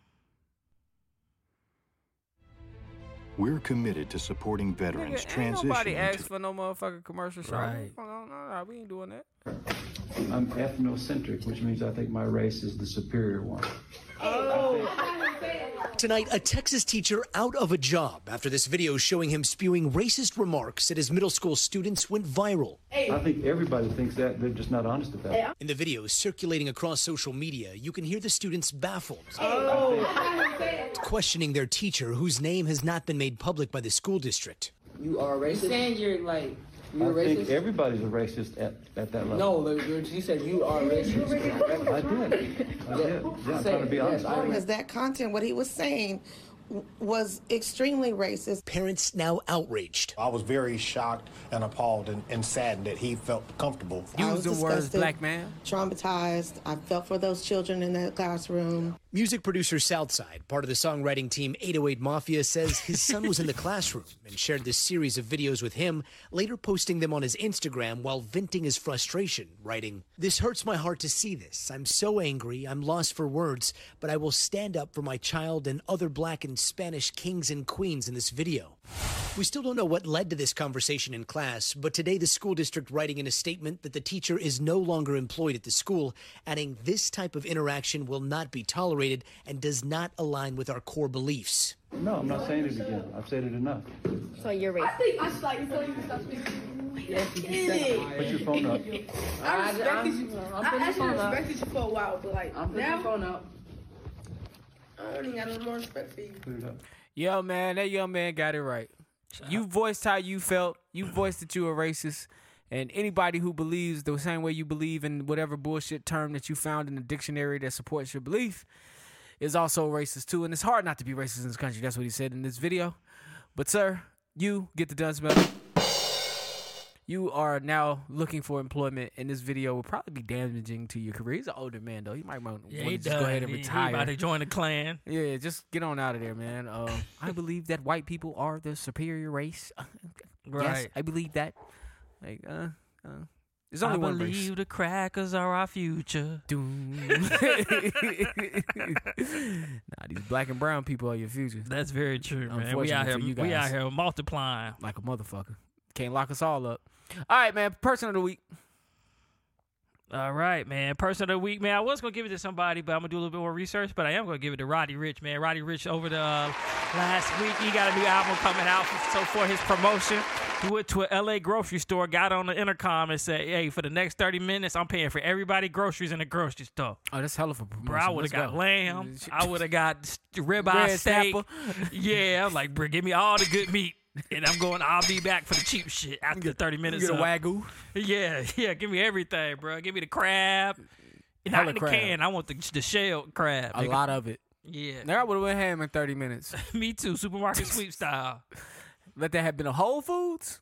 We're committed to supporting veterans Nigga, ain't nobody transitioning asked to for no motherfucking commercial show. Right. No, no, no, no, we ain't doing that. I'm ethnocentric, which means I think my race is the superior one. Tonight, a Texas teacher out of a job after this video showing him spewing racist remarks at his middle school students went viral. I think everybody thinks that, they're just not honest about it. In the video circulating across social media, you can hear the students baffled, questioning their teacher whose name has not been made public by the school district. You are racist. You saying you're like you're I think racist? everybody's a racist at, at that level. no, like, you're, you said you are racist. I did. I did. Yeah, I'm trying to be honest. Because that content, what he was saying, w- was extremely racist. Parents now outraged. I was very shocked and appalled and, and saddened that he felt comfortable. I Use was the words disgusted, black man. Traumatized. I felt for those children in that classroom. Music producer Southside, part of the songwriting team 808 Mafia, says his son was in the classroom and shared this series of videos with him, later posting them on his Instagram while venting his frustration, writing, This hurts my heart to see this. I'm so angry, I'm lost for words, but I will stand up for my child and other black and Spanish kings and queens in this video. We still don't know what led to this conversation in class, but today the school district writing in a statement that the teacher is no longer employed at the school, adding this type of interaction will not be tolerated and does not align with our core beliefs. No, I'm not saying it again. I've said it enough. So you're racist. I think I should like tell you to stop Put your phone up. I respected I'm- you. I'm I putting the actually phone up. respected you for a while, but like I'm putting now, the phone up. I already got no more respect for you. Yo, man, that young man got it right. You voiced how you felt. You voiced that you were racist. And anybody who believes the same way you believe in whatever bullshit term that you found in the dictionary that supports your belief is also racist too. And it's hard not to be racist in this country. That's what he said in this video. But sir, you get the dunce medal. You are now looking for employment, and this video will probably be damaging to your career. He's an older man though. He might want Yeah, to he just go ahead done. and He- he retire. about to join the clan. Yeah, just get on out of there, man. Um, I believe that white people are the superior race. Yes, Right. I believe that. Like, uh, uh, there's I only one believe race. the crackers are our future. nah, these black and brown people are your future. That's very true, man. We Unfortunately out here, for you we out guys. here multiplying. Like a motherfucker. Can't lock us all up. All right, man. Person of the week. All right, man. Person of the week, man. I was gonna give it to somebody, but I'm gonna do a little bit more research. But I am gonna give it to Roddy Rich, man. Roddy Rich over the uh, last week, he got a new album coming out. So for his promotion, he went to a LA grocery store, got on the intercom, and said, "Hey, for the next 30 minutes, I'm paying for everybody groceries in the grocery store." Oh, that's hell of a promotion. Bro, I Let's would have got go. Mm, lamb. I would have got s- ribeye Red steak. snapper. Yeah, I'm like, bro, give me all the good meat. and I'm going. I'll be back for the cheap shit after the thirty minutes. get a up. wagyu? Yeah, yeah. Give me everything, bro. Give me the crab. Not Hella in the crab. can. I want the the shelled crab. A lot of it. Yeah. There I would have went ham in 30 minutes. Me too. Supermarket sweep style. Let that have been a Whole Foods.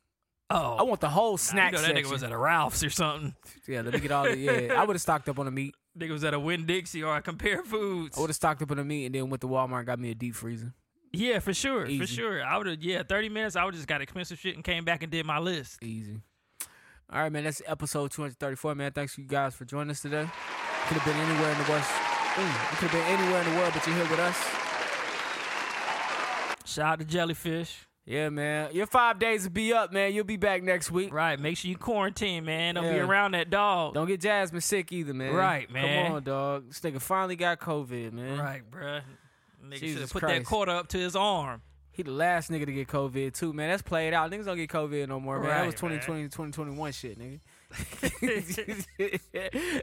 Oh, I want the whole Nah, snack You know that section. nigga was at a Ralph's or something. yeah, let me get all the. Yeah, I would have stocked up on the meat. Nigga was at a Win Dixie or a Compare Foods. I would have stocked up on the meat and then went to Walmart and got me a deep freezer. Yeah, for sure, for Easy. sure. I would have. Yeah, thirty minutes. I would just got expensive shit and came back and did my list. Easy. All right, man. That's episode 234, man. Thanks you guys for joining us today. Could have been anywhere in the world. Mm, you could have been anywhere in the world, but you're here with us. Shout out to Jellyfish. Yeah, man. Your five days will be up, man. You'll be back next week. Right. Make sure you quarantine, man. Don't be Yeah. around that dog. Don't get Jasmine sick either, man. Right, man. Come on, dog. This nigga finally got COVID, man. Right, bruh. Nigga should have Jesus put that Christ. quarter up to his arm. He the last nigga to get COVID too, man. That's played out. Niggas don't get COVID no more, man. that was Right, man. 2020 to 2021 shit, nigga.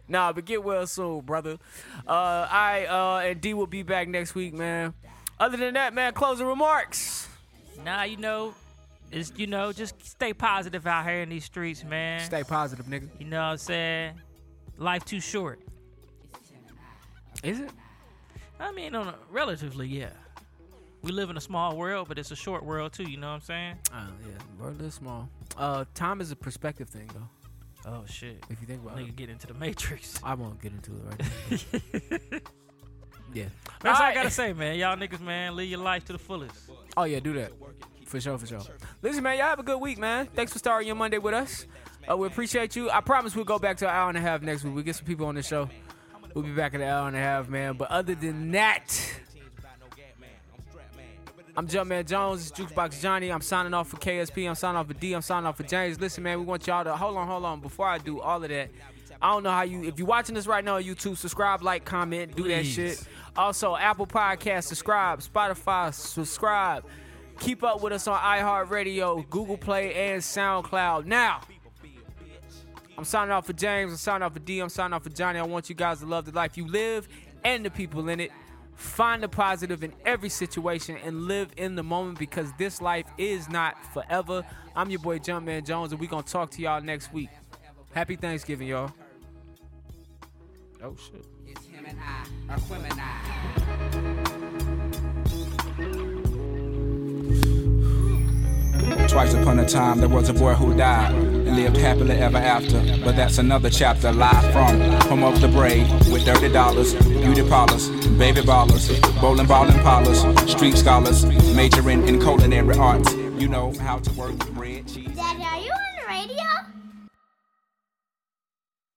nah, but get well soon, brother. Uh, I uh, and D will be back next week, man. Other than that, man, closing remarks. Nah, you know, it's you know, just stay positive out here in these streets, man. Stay positive, nigga. You know what I'm saying? Life too short. Is it? I mean, on a, relatively, yeah. We live in a small world, but it's a short world too. You know what I'm saying? Oh yeah, world is small. Uh, time is a perspective thing, though. Oh shit! If you think about Nigga it, get into the matrix. I won't get into it right now. yeah. That's all I Alright. gotta say, man. Y'all niggas, man, live your life to the fullest. Oh yeah, do that. For sure, for sure. Listen, man, y'all have a good week, man. Thanks for starting your Monday with us. Uh, we appreciate you. I promise we'll go back to an hour and a half next week. We get some people on the show. We'll be back in an hour and a half, man. But other than that, I'm Jumpman Jones. It's Jukebox Johnny. I'm signing off for KSP. I'm signing off for D. I'm signing off for James. Listen, man, we want y'all to hold on, hold on. Before I do all of that, I don't know how you. If you're watching this right now on YouTube, subscribe, like, comment, do that Please. shit. Also, Apple Podcast, subscribe. Spotify, subscribe. Keep up with us on iHeartRadio, Google Play, and SoundCloud. Now, I'm signing off for James. I'm signing off for D. I'm signing off for Johnny. I want you guys to love the life you live and the people in it. Find the positive in every situation and live in the moment because this life is not forever. I'm your boy Jumpman Jones, and we're going to talk to y'all next week. Happy Thanksgiving, y'all. Oh, shit. It's him and I, or him and I. Twice upon a time, there was a boy who died and lived happily ever after. But that's another chapter. Live from home of the brave with dirty dollars, beauty parlors, baby ballers, bowling ball parlors, street scholars, majoring in culinary arts. You know how to work with bread, cheese. Daddy, are you on the radio?